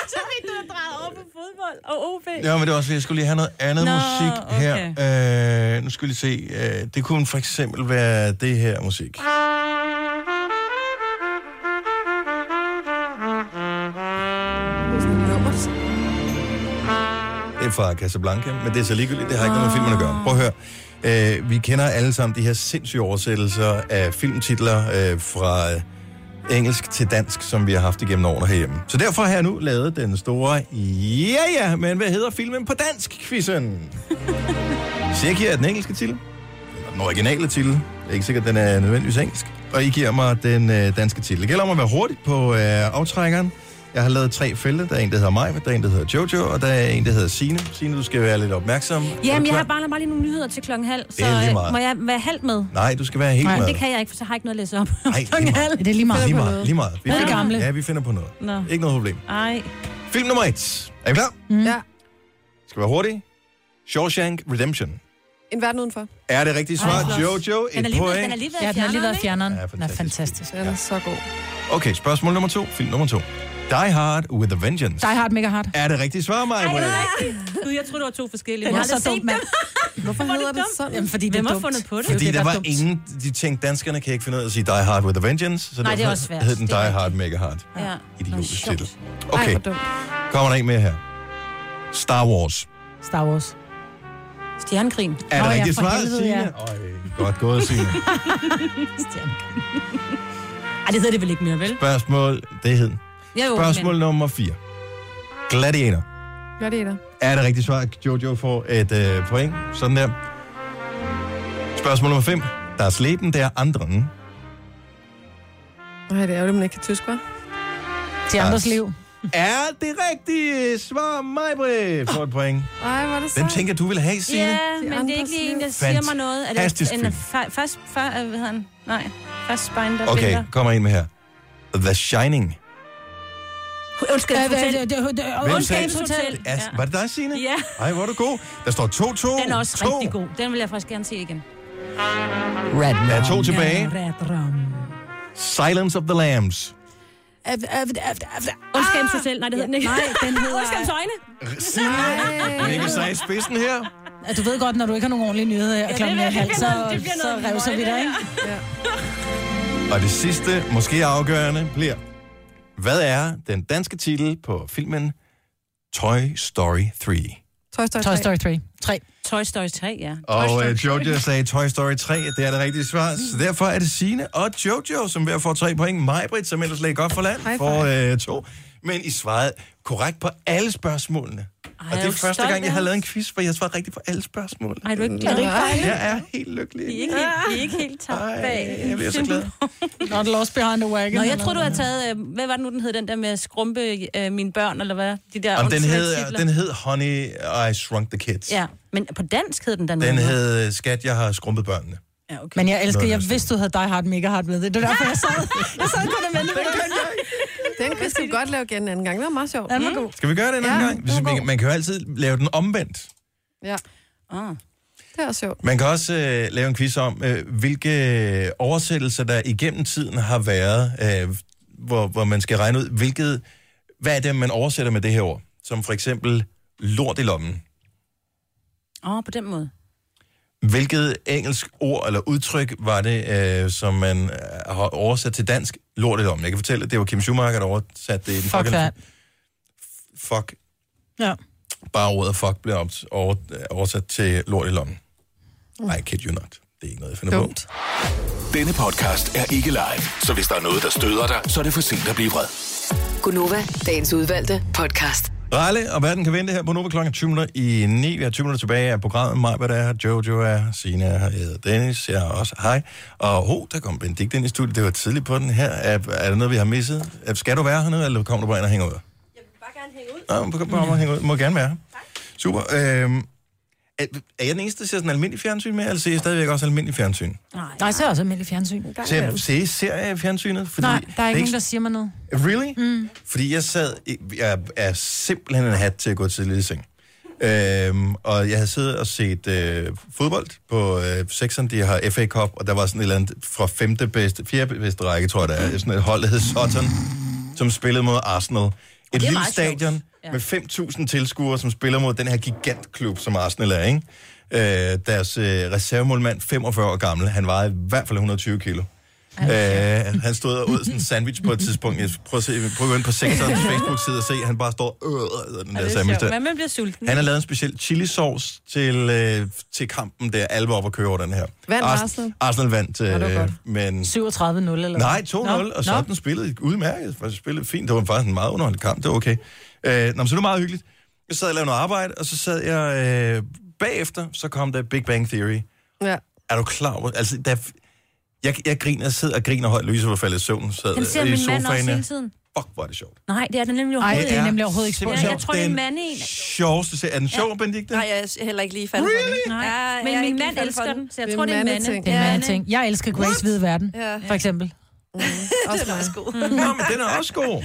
Så fik du drejet over på fodbold og OB. Ja, men det var også, fordi, jeg skulle lige have noget andet Nå, Nå, musik okay. her. Øh, nu skal vi lige se. Øh, det kunne for eksempel være det her musik. Det er fra Casablanca, men det er så ligegyldigt. Det har ikke noget med filmen at gøre. Prøv at høre. Øh, vi kender alle sammen de her sindssyge oversættelser af filmtitler øh, fra øh, engelsk til dansk, som vi har haft igennem årene herhjemme. Så derfor har jeg nu lavet den store Ja, ja, men hvad hedder filmen på dansk, quizzen? Så jeg giver jer den engelske titel. Eller Den originale titel. Det er ikke sikkert, den er nødvendigvis engelsk. Og I giver mig den øh, danske titel. Det gælder om at være hurtig på øh, aftrækkeren. Jeg har lavet tre felter. Der er en, der hedder Maja, der er en, der hedder Jojo, og der er en, der hedder Sine. Sine, du skal være lidt opmærksom. Er du Jamen, jeg klar? har bare, bare lige nogle nyheder til klokken halv, så Det er lige øh, meget. må jeg være halv med? Nej, du skal være helt Nej, med. det kan jeg ikke, for så har jeg ikke noget at læse op. Nej, lige meget. Det er lige Lige meget, lige meget. Hvad er det finder, gamle? Ja, vi finder på noget. Nå. Ikke noget problem. Ej. Film nummer et. Er I klar? Mm. Ja. Skal være hurtig. Shawshank Redemption. En verden udenfor. Er det rigtige svar? Jojo, et point. Ja, den har lige været fjerneren. Ja, Den er fantastisk. Den er så god. Okay, spørgsmål nummer to. Film nummer to. Die Hard with a Vengeance. Die Hard, mega hard. Er det rigtigt svar, Maja? Ej, nej. Gud, jeg troede, det var to forskellige. Den Jeg er har aldrig så dum, set mand. Hvorfor hedder det sådan? Jamen, fordi det er Hvem har dumt. fundet på det? Fordi der var ingen, de tænkte, danskerne kan ikke finde ud af at sige Die Hard with a Vengeance, så Nej, det er derfor også svært. hed den Det er Die Hard Mega Hard. Ja. Idiotisk sjovt. titel. Ej, Okay, hvor dumt. kommer der en mere her. Star Wars. Star Wars. Stjernekrigen. Er det rigtigt for svar, helvede, Signe? ja. Øj, godt gået, Signe. Stjernekrigen. Ej, det hedder det vel ikke mere, vel? Spørgsmål, det hed. den. Ja, jo, Spørgsmål nummer 4. Gladiator. Gør det, Ida. Er det rigtigt svar, at Jojo får et øh, point? Sådan der. Spørgsmål nummer 5. Der er sleben, der er andre. Nej, det er jo det, man ikke kan tysk, hva'? Til andres liv. Er det rigtige svar, mig, Britt? Får et point. Ej, hvor er det Hvem tænker du vil have, Signe? Ja, men det er ikke lige en, der siger mig noget. Er det Fantastisk en film. fa- fast... Fa- øh, hvad hedder han? Nej, fast binder. Okay, kommer en med her. The Shining. Undskyld, Øh, fortæl. øh, øh, øh, øh, Hvem Ondskabens sagde- Hotel. Det er- Var det dig, Signe? Ja. Ej, hvor er du god. Der står 2-2. Den er også To. rigtig god. Den vil jeg faktisk gerne se igen. Red Der er to tilbage. Red Rum. Silence of the Lambs. Ondskabens Hotel. Ah, Nej, det hedder den ikke. Nej, den hedder- Ondskabens Øjne. Signe, Mikkel Sejr i spidsen her. Ja, Du ved godt, når du ikke har nogen ordentlige nyheder her det klokken bliver- er halv, det så, bliver noget- det bliver så noget revser vi møg, dig, det ikke? Og det sidste, måske afgørende, bliver... Hvad er den danske titel på filmen Toy Story 3? Toy Story 3. Toy Story 3. 3. Toy Story 3, ja. Og øh, Jojo sagde Toy Story 3, det er det rigtige svar. Så derfor er det Signe og Jojo, som hver får tre point. Majbrit, som ellers lagde godt for land, High får five. øh, to. Men I svarede korrekt på alle spørgsmålene. og er det er du første stolt gang, jeg af har os? lavet en quiz, hvor jeg svarede rigtigt på alle spørgsmål. Ej, du er ikke jeg glad. Jeg er helt lykkelig. Vi er ikke helt, vi er ikke helt tabt bag. Jeg bliver så glad. Not lost behind the wagon. Nå, jeg tror du har taget, øh, hvad var det nu, den hed, den der med at skrumpe øh, mine børn, eller hvad? De der Om den, åndssvage hed, øh, titler. den hed Honey, I Shrunk the Kids. Ja, men på dansk hed den der Den hed øh, Skat, jeg har skrumpet børnene. Ja, okay. Men jeg elsker, Noget jeg af den vidste, du havde Die Hard Mega Hard med. Det er derfor, jeg sad, jeg sad kun og ventede på det. Den kan vi godt lave igen en anden gang. Det var meget sjovt. Den var god. Skal vi gøre det en anden gang? Hvis, man, man kan jo altid lave den omvendt. Mm. Ja. Ah. Det er også sjovt. Man kan også øh, lave en quiz om, øh, hvilke oversættelser der igennem tiden har været, øh, hvor, hvor man skal regne ud, hvilket, hvad er det, man oversætter med det her ord? Som for eksempel lort i lommen. Åh, oh, på den måde. Hvilket engelsk ord eller udtryk var det, øh, som man øh, har oversat til dansk? Lortet om. Jeg kan fortælle, at det var Kim Schumacher, der oversatte det i den Fuck pågældende- that. Fuck. Ja. Bare ordet fuck blev op- over, øh, oversat til lort i lommen. I kid you not. Det er ikke noget, jeg finder Dumt. på. Denne podcast er ikke live, så hvis der er noget, der støder dig, så er det for sent at blive vred. Gunova, dagens udvalgte podcast. Rejle og verden kan vente her på Nova klokken 20 minutter i 9. Vi har 20 minutter tilbage af programmet. Mig, hvad der er her, Jojo er, Sina er her, jeg hedder Dennis, jeg er også. Hej. Og ho, der kom Benedikt ind i studiet. Det var tidligt på den her. Er, er der noget, vi har misset? Er- Skal du være hernede, eller kommer du bare ind og hænger ud? Jeg vil bare gerne hænge ud. Nå, du kan bare hænge ud. Må gerne være her. Super. Øhm, er, er jeg den eneste, der ser sådan almindelig fjernsyn med, eller ser jeg stadigvæk også almindelig fjernsyn? Nej, Nej så er jeg også almindelig fjernsyn. Ser, ser I serier i fjernsynet? Fordi Nej, det der er ikke nogen, der siger mig noget. Really? Mm. Fordi jeg sad... Jeg er simpelthen en hat til at gå tidligt i seng. Øhm, og jeg havde siddet og set øh, fodbold på øh, sekseren, de har FA Cup, og der var sådan et eller andet fra femte bedste, fjerde bedste række, tror jeg, der er. Sådan et hold, der hed Sutton, som spillede mod Arsenal. Et det er lille meget sjovt. stadion ja. med 5.000 tilskuere, som spiller mod den her gigantklub, som Arsenal er, ikke? Øh, deres øh, reservemålmand, 45 år gammel, han vejede i hvert fald 120 kilo. Øh, han stod og ud sådan en sandwich på et tidspunkt. Jeg prøv at se, prøv at gå ind på sektorens Facebook-side og se, han bare står øh, øh, den Ja, der det er sandwich sjovt. der. Men man bliver sulten. Han har lavet en speciel chili sauce til, øh, til kampen der. Alle var op og køre over den her. Vandt Ars- Arsenal? Arsenal vandt, det var øh, godt. men... 37-0 eller hvad? Nej, 2-0, Nå, og sådan spillede udmærket. Faktisk spillede fint. Det var faktisk en meget underholdende kamp. Det var okay. Øh, nå, men så det var meget hyggeligt. Jeg sad og lavede noget arbejde, og så sad jeg... Øh, bagefter, så kom der Big Bang Theory. Ja. Er du klar over... Altså, der, jeg, jeg griner, jeg sidder og griner højt. Louise var faldet i søvn. Sad Han ser øh, i min sofaen. mand også her. hele tiden. Fuck, hvor er det sjovt. Nej, det er den nemlig Ej, overhovedet det er nemlig overhovedet ikke spor Ja, jeg tror, det er en mand i en. Sjoveste serie. Er den sjov, ja. Benedikte? Nej, jeg er heller ikke lige faldet really? for den. Nej, jeg men er min ikke lige mand faldet elsker for den, så jeg tror, det er en mandeting. Det er en mandeting. Jeg elsker Grace What? Hvide Verden, Ja. for eksempel. Også den er også god. Nå, men den er også god.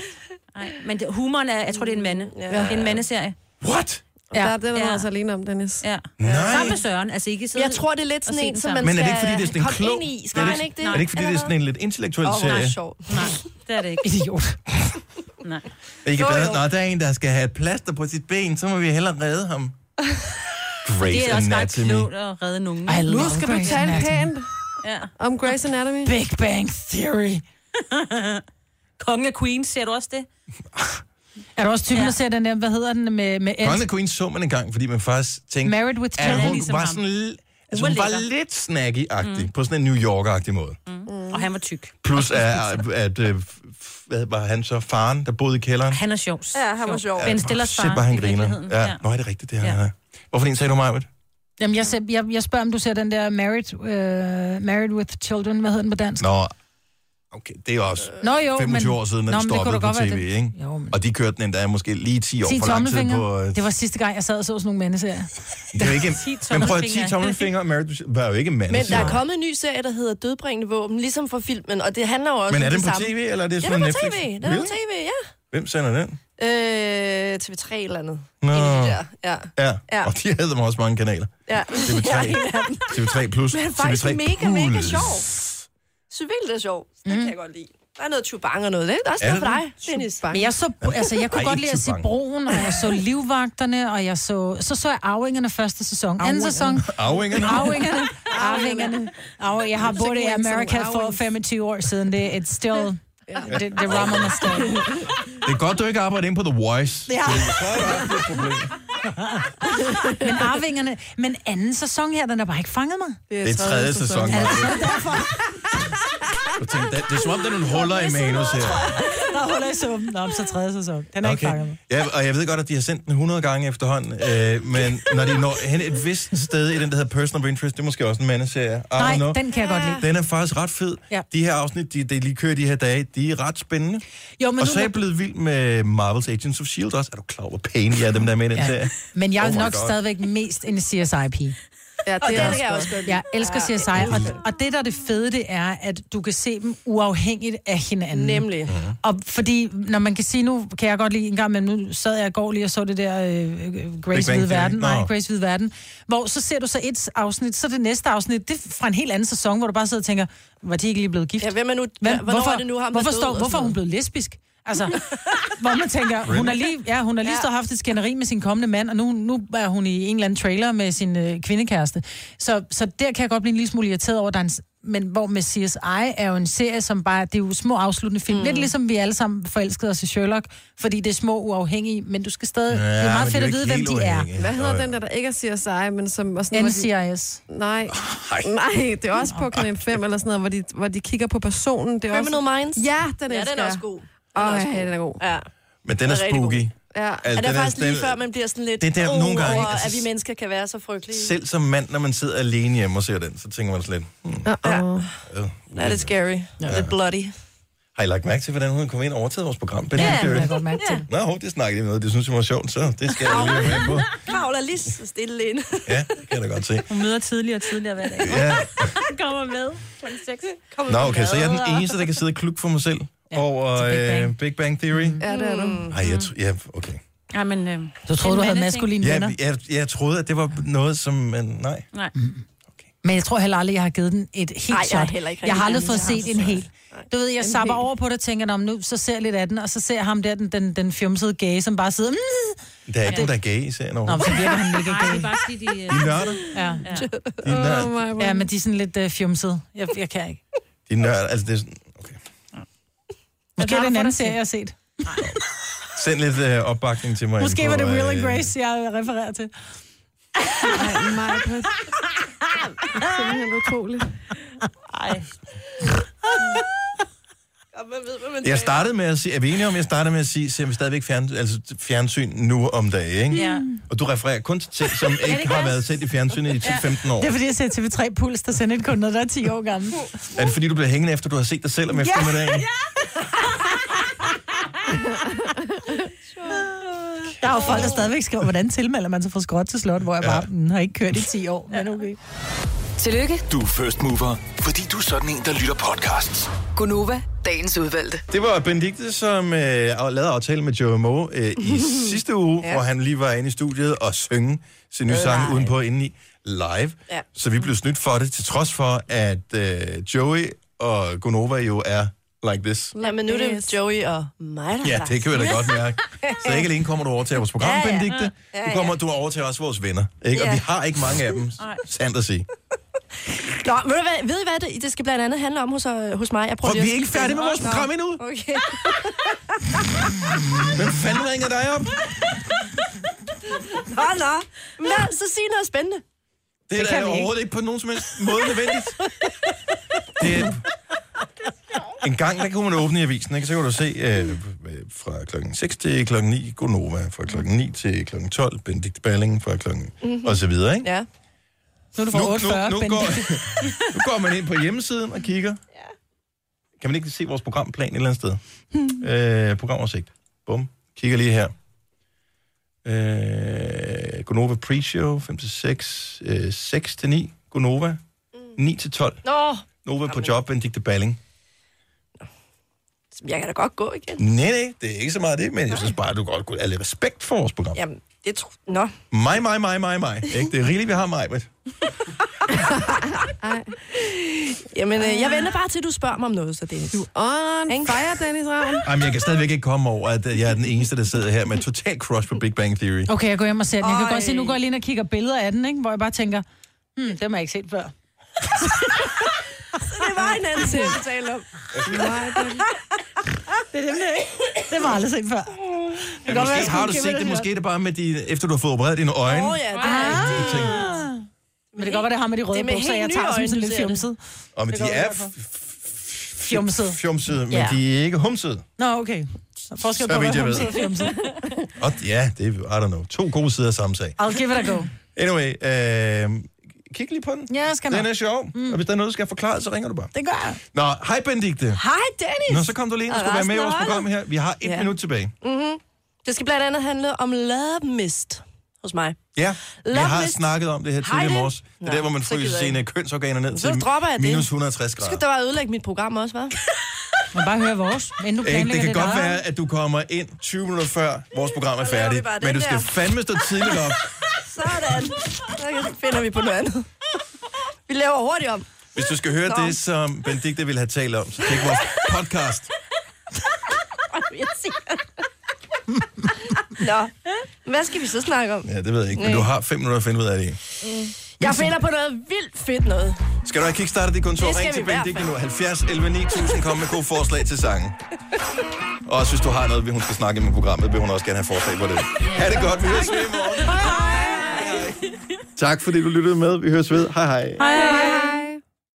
Nej, men det, humoren er, jeg tror, det er en mande. Ja. Det er en mandeserie. What? Og der er det, der Ja. ja. altså alene om, Dennis. Ja. Nej. Sammen med Søren, altså ikke sidde Jeg tror, det er lidt og sådan se en, den som sammen. Men er det ikke, fordi det er sådan en klog... Skal er man ikke det? Er det ikke, fordi det er sådan en lidt intellektuel Åh, hvor er serie? det sjovt. Nej, det er det ikke. Idiot. Nej. I kan Jo, bedre, jo. Nå, der er en, der skal have et plaster på sit ben, så må vi hellere redde ham. Det er Grace også ret Anatomy. klogt at redde nogen. I love Nu skal du Grey's tale Anatomy. pænt Ja. om Grey's Anatomy. Big Bang Theory. Kongen af Queens, ser du også det? Er du også typen, ja. der ser den der, hvad hedder den, med, med Ed? Conde Queen så man en gang, fordi man faktisk tænkte... Married with at Children. hun Ligesom var ham. sådan... l- Altså, Hun hun var var lækker. lidt snaggy-agtig, mm. på sådan en New York-agtig måde. Mm. Og han var tyk. Plus at, at, øh, f- hvad var han så? Faren, der boede i kælderen. Han er sjov. Ja, han var sjov. Ben Stillers Shit, far. hvor han i griner. virkeligheden. Ja. Nå, er det rigtigt, det her. Ja. Hvorfor en sagde du mig, Britt? Jamen, jeg, ser, jeg, jeg spørger, om du ser den der Married, uh, Married with Children, hvad hedder den på dansk? Nå, okay, det er også Nå, jo, 25 men- år siden, at Nå, den men det kunne stoppede da på godt være tv, det. ikke? Jo, Og de kørte den endda måske lige 10 år Sig for lang tid tommelfinger. på... øh, Det var sidste gang, jeg sad og så sådan nogle mandeserier. det er jo ikke... Men prøv at 10 tommelfingre. tommelfinger, Married with- var jo ikke en mand. Men der er kommet en ny serie, der hedder Dødbringende Våben, ligesom fra filmen, og det handler jo også Men om er den det på samme. tv, eller er det ja, sådan den er på Netflix? tv. Den er på Really? tv, ja. Hvem sender den? Øh, TV3 eller andet. Nå. En af de der, Ja. Ja. Ja. ja, og de havde dem også mange kanaler. ja. TV3. Ja, en af dem. TV3 Plus, Men faktisk TV3 mega, mega Puls. sjov. Syvilt er sjov. Det kan jeg godt lide. Der er noget chubang og noget. Det er også Er noget for der dig, Dennis. Men jeg, så, altså, jeg kunne Ej, godt ikke lide at se Tubange. Broen, og jeg så Livvagterne, og jeg så, så så jeg Arvingerne første sæson. Anden Arvingerne. sæson. Arvingerne. Arvingerne. Arvingerne. Arv, jeg har Sikke boet i en som Amerika for 25 år siden. Det, it's still, det, det rammer mig stadig. Det er godt, du ikke arbejder inde på The Voice. Ja. Så er der også et problem. Men Arvingerne, men anden sæson her, den har bare ikke fanget mig. Det er tredje sæson. Altså, Jeg tænkte, det, det er som om, der er nogle huller i manus her. der holder i summen. Nå, men så tredje sæson. Den er ikke fanget mig. Ja, og jeg ved godt, at de har sendt den 100 gange efterhånden, øh, men når de når hen et vist sted i den, der hedder Personal Interest, det er måske også en mandeserie. I don't Nej, know. den kan jeg godt lide. Den er faktisk ret fed. Ja. De her afsnit, de, de lige kører de her dage, de er ret spændende. Jo, men og nu- så er jeg blevet vild med Marvel's Agents of S.H.I.E.L.D. E også. Er du klar over pain, jeg er dem, der er med i den Ja. serie? Men jeg er Oh my nok God. stadigvæk mest en CSI-pige. Ja, det Og er den også kan jeg godt. også godt lide. Jeg elsker Ja. CSI, og, og det der er det fede, det er, at du kan se dem uafhængigt af hinanden. Nemlig. Og fordi, når man kan sige, nu kan jeg godt lige en gang, men nu sad jeg i går lige og så det der øh, øh, Bang Grace Hvide Theory. Verden, nej, Nå. Grace Hvide Verden, hvor så ser du så et afsnit, så det næste afsnit, det er fra en helt anden sæson, hvor du bare sidder og tænger, var de ikke lige blevet gift? Ja, hvem er nu, Hvem, hvornår er det nu ham, der hvorfor, er død står, og hvorfor er sådan hun blevet lesbisk? Altså, hvor man tænker, hun har lige, ja, hun har lige stået og haft et skænderi med sin kommende mand, og nu, nu er hun i en eller anden trailer med sin øh, kvindekæreste. Så, så der kan jeg godt blive en lille smule irriteret over, at der er en, s- men hvor med CSI er jo en serie, som bare, det er jo små afsluttende film. Mm. Lidt ligesom vi alle sammen forelskede os i Sherlock, fordi det er små uafhængige, men du skal stadig, ja, det er meget fedt at vide, hvem de er. Hvad hedder den der, der ikke er CSI, men som... Og sådan, NCIS. Hvor de, nej. nej, det er også på Kanal 5 eller sådan noget, hvor de, hvor de kigger på personen. Det er Criminal også, Minds? Ja, den Ja, elsker den er også jeg. god. Den Åh, er oh, også god. den er god. Ja. Men den er rigtig god. spooky. Ja. Altså, er der den er- faktisk lige den- før, man bliver sådan lidt, Det er der nogle gange, over, altså- at vi mennesker kan være så frygtelige. Selv som mand, når man sidder alene hjemme og ser den, så tænker man slet, hmm, Ja. øh, Det er lidt scary. Ja. Lidt bloody. har I lagt mærke til, hvordan hun kom ind og overtagede vores program? Ja, Benjamin det har Køhl? jeg godt mærke til. Nå, hov, det snakkede jeg med, det synes jeg var sjovt, så det skal jeg lige være med på. Kravler lige så stille ind. Ja, det kan jeg da godt se. Hun møder tidligere og tidligere hver dag. Ja. Kommer med. Klokken seks. Kommer Nå, med okay, så jeg er mad den og- eneste, der kan sidde og klukke for mig selv ja, over til Big Big Bang, Bang. Mm. øh, Big Bang Theory. Mm. Ja, det er du. Ej, jeg tr- ja, okay. Ja, men... Øh, Du troede, du havde maskuline Ja, venner? jeg, jeg troede, at det var noget, som... Men nej. Mm. Nej. Men jeg tror heller aldrig, jeg har givet den et helt Nej, jeg shot. har heller ikke jeg har rigtig aldrig givet fået den et set en hel. Du ved, jeg sapper over på det og tænker, "Nå, men nu så ser jeg lidt af den, og så ser jeg ham der, den, den, den fjumsede gay, som bare sidder... Mm. Der er ikke Ja. nogen, der er gay i serien Nå, men så overhovedet. virker han mega Nej, gay. det er bare fordi, øh, de... De er nørder. Ja. De er nørder. ja. ja, men de er sådan lidt uh, fjumsede. Jeg, jeg kan ikke. De er nørder. Altså, det er sådan, Måske har er det du en fået anden dig serie, set? jeg har set. send lidt øh, opbakning til mig. Måske inde var på, det Will and øh, Grace, jeg refererer til. Nej, mig, Britt. Det er simpelthen utroligt. Ej. Godt, man ved, hvad Jeg man taler startede med at sige, er vi enige om, jeg startede med at sige, ser vi stadigvæk fjern, altså fjernsyn nu om dagen, ikke? Ja. Og du refererer kun til ting, som det ikke gør har jeg. været set i fjernsynet i 10-15 år. Det er fordi, jeg ser TV3 Puls, der sender et kunde, der er 10 år gammel. Er det fordi, du bliver hængende efter, du har set dig selv om eftermiddagen? Der er jo folk, der stadigvæk skriver, hvordan tilmelder man sig fra skråt til slot, hvor jeg bare "Mm, har ikke kørt i 10 år, men okay. Tillykke, Du er first mover, fordi du er sådan en, der lytter podcasts. Gunova, dagens udvalgte. Det var Benedikte, som øh, lavede aftale med Joe Moe øh, i sidste uge, ja. hvor han lige var inde i studiet og synge sin nye sang udenpå indeni live. Ja. Så vi blev snydt for det, til trods for, at øh, Joey og Gunova jo er like this. om. Nej, men nu er det Joey og mig, der Ja, har det kan vi da sagt. godt mærke. Så ikke alene kommer du over til vores program, ja, Ja, ja. ja. Benedikte, Ja, du, ja. kommer, du overtager også vores venner. Ikke? Og Ja. vi har ikke mange af dem, Nej. sandt at sige. Nå, ved, du hvad, ved I hvad det, det skal blandt andet handle om hos, øh, hos mig? Jeg Prøv, prøver lige at vi er ikke skifte færdige med den. vores Nå. program endnu. Okay. Hvem fanden ringer dig op? Nå, nå. Men lad os så sige noget spændende. Det, det kan er da vi ikke. overhovedet ikke på nogen som helst måde nødvendigt. Det er... En gang, der kunne man åbne i avisen, ikke? så kunne du se øh, øh, fra klokken 6 til klokken 9, Gonova, fra klokken 9 til klokken 12, Benedikt Balling fra klokken Mhm. og så videre, ikke? Ja. Nu er du fra 48, nu, nu, går, nu går man ind på hjemmesiden og kigger. Kan man ikke se vores programplan et eller andet sted? Øh, programoversigt. Bum. Kigger lige her. Øh, Gonova Pre-Show, 5-6, øh, 6-9, Gonova, 9-12. Nå, Nova på job, Benedikte Balling. jeg kan da godt gå igen. Nej, nej, det er ikke så meget det, men jeg synes bare, at du godt kunne have lidt respekt for vores program. Jamen, det tror... Nå. Mig, mig, mig, mig, mig. Ikke? Det er rigeligt, vi har mig, men... Jamen, øh, Ah. jeg venter bare til, du spørger mig om noget, så Dennis. Du on fire, Dennis Ravn. Ej, men jeg kan stadigvæk ikke komme over, at øh, jeg er den eneste, der sidder her med total crush på Big Bang Theory. Okay, jeg går hjem og ser den. Jeg kan Ej. godt se, nu går jeg lige ind og kigger billeder af den, ikke? hvor jeg bare tænker, hmm, dem har jeg ikke set før. Så det var en anden serie, vi talte om. Nej, det... det er dem der, ikke? Dem har jeg aldrig set før. Det kan Men godt være, jeg måske skulle har du kæmpe set lidt det, mere. måske er det bare med de, efter du har fået opereret dine øjne. Åh oh, ja, det er Ah. rigtigt. Men det kan godt være, det har med de Det røde er med bukser, helt jeg nye tager som øjne, sådan du lidt ser det. fjumset. Og men Det de kan er godt Fjumset. fjumsede, men Ja. de er ikke humsede. Nå, okay. Så forskel Så på, vidt hvad jeg hun ved. sidder og fjumset. Og ja, det er, I don't know, to gode sider af samme sag. I'll give it a go. Anyway, øh, kig lige på den. Ja, jeg skal Den nok. er sjov, mm. og hvis der er noget, du skal have forklaret, så ringer du bare. Det gør jeg. Nå, hej Benedikte. Hej, Dennis. Nå, så kom du lige ind og skulle være med i vores program her. Vi har et Ja. minut tilbage. Mm-hmm. Det skal blandt andet handle om love mist hos mig. Ja, vi Lad har mig- snakket om det her Hej, tidligere i det- morges. Det er Nå, der, hvor man så gider fryser jeg sine kønsorganer ned Så dropper jeg til det. minus 160 Så skal grader. der bare ødelægge mit program også, hva'? Man bare høre vores, inden du Ikke? Det planlægger kan det, godt der. være, at du kommer ind 20 minutter før vores program er laver vi færdigt, bare den men du skal der. fandme stå tidligt op. Sådan. Så finder vi på noget andet. Vi laver hurtigt om. Hvis du skal høre Nå. det, som Benedikte ville have talt om, så tjek vores podcast. Jeg Nå, hvad skal vi så snakke om? Øh, Ja, det ved jeg ikke, men du har fem minutter at finde ud af det. i. Jeg finder på noget vildt fedt noget. Skal du have kickstartet dit kontor? Det skal Ring vi til i hvert Bendik fald. nu. 70 11 9000. Kom med gode forslag til sangen. Og også hvis du har noget, vi- hun skal snakke med i programmet, vil hun også gerne have forslag på det. Ha' det godt. Vi høres ved i morgen. Tak fordi du lyttede med. Vi høres ved. Hej hej. Hej.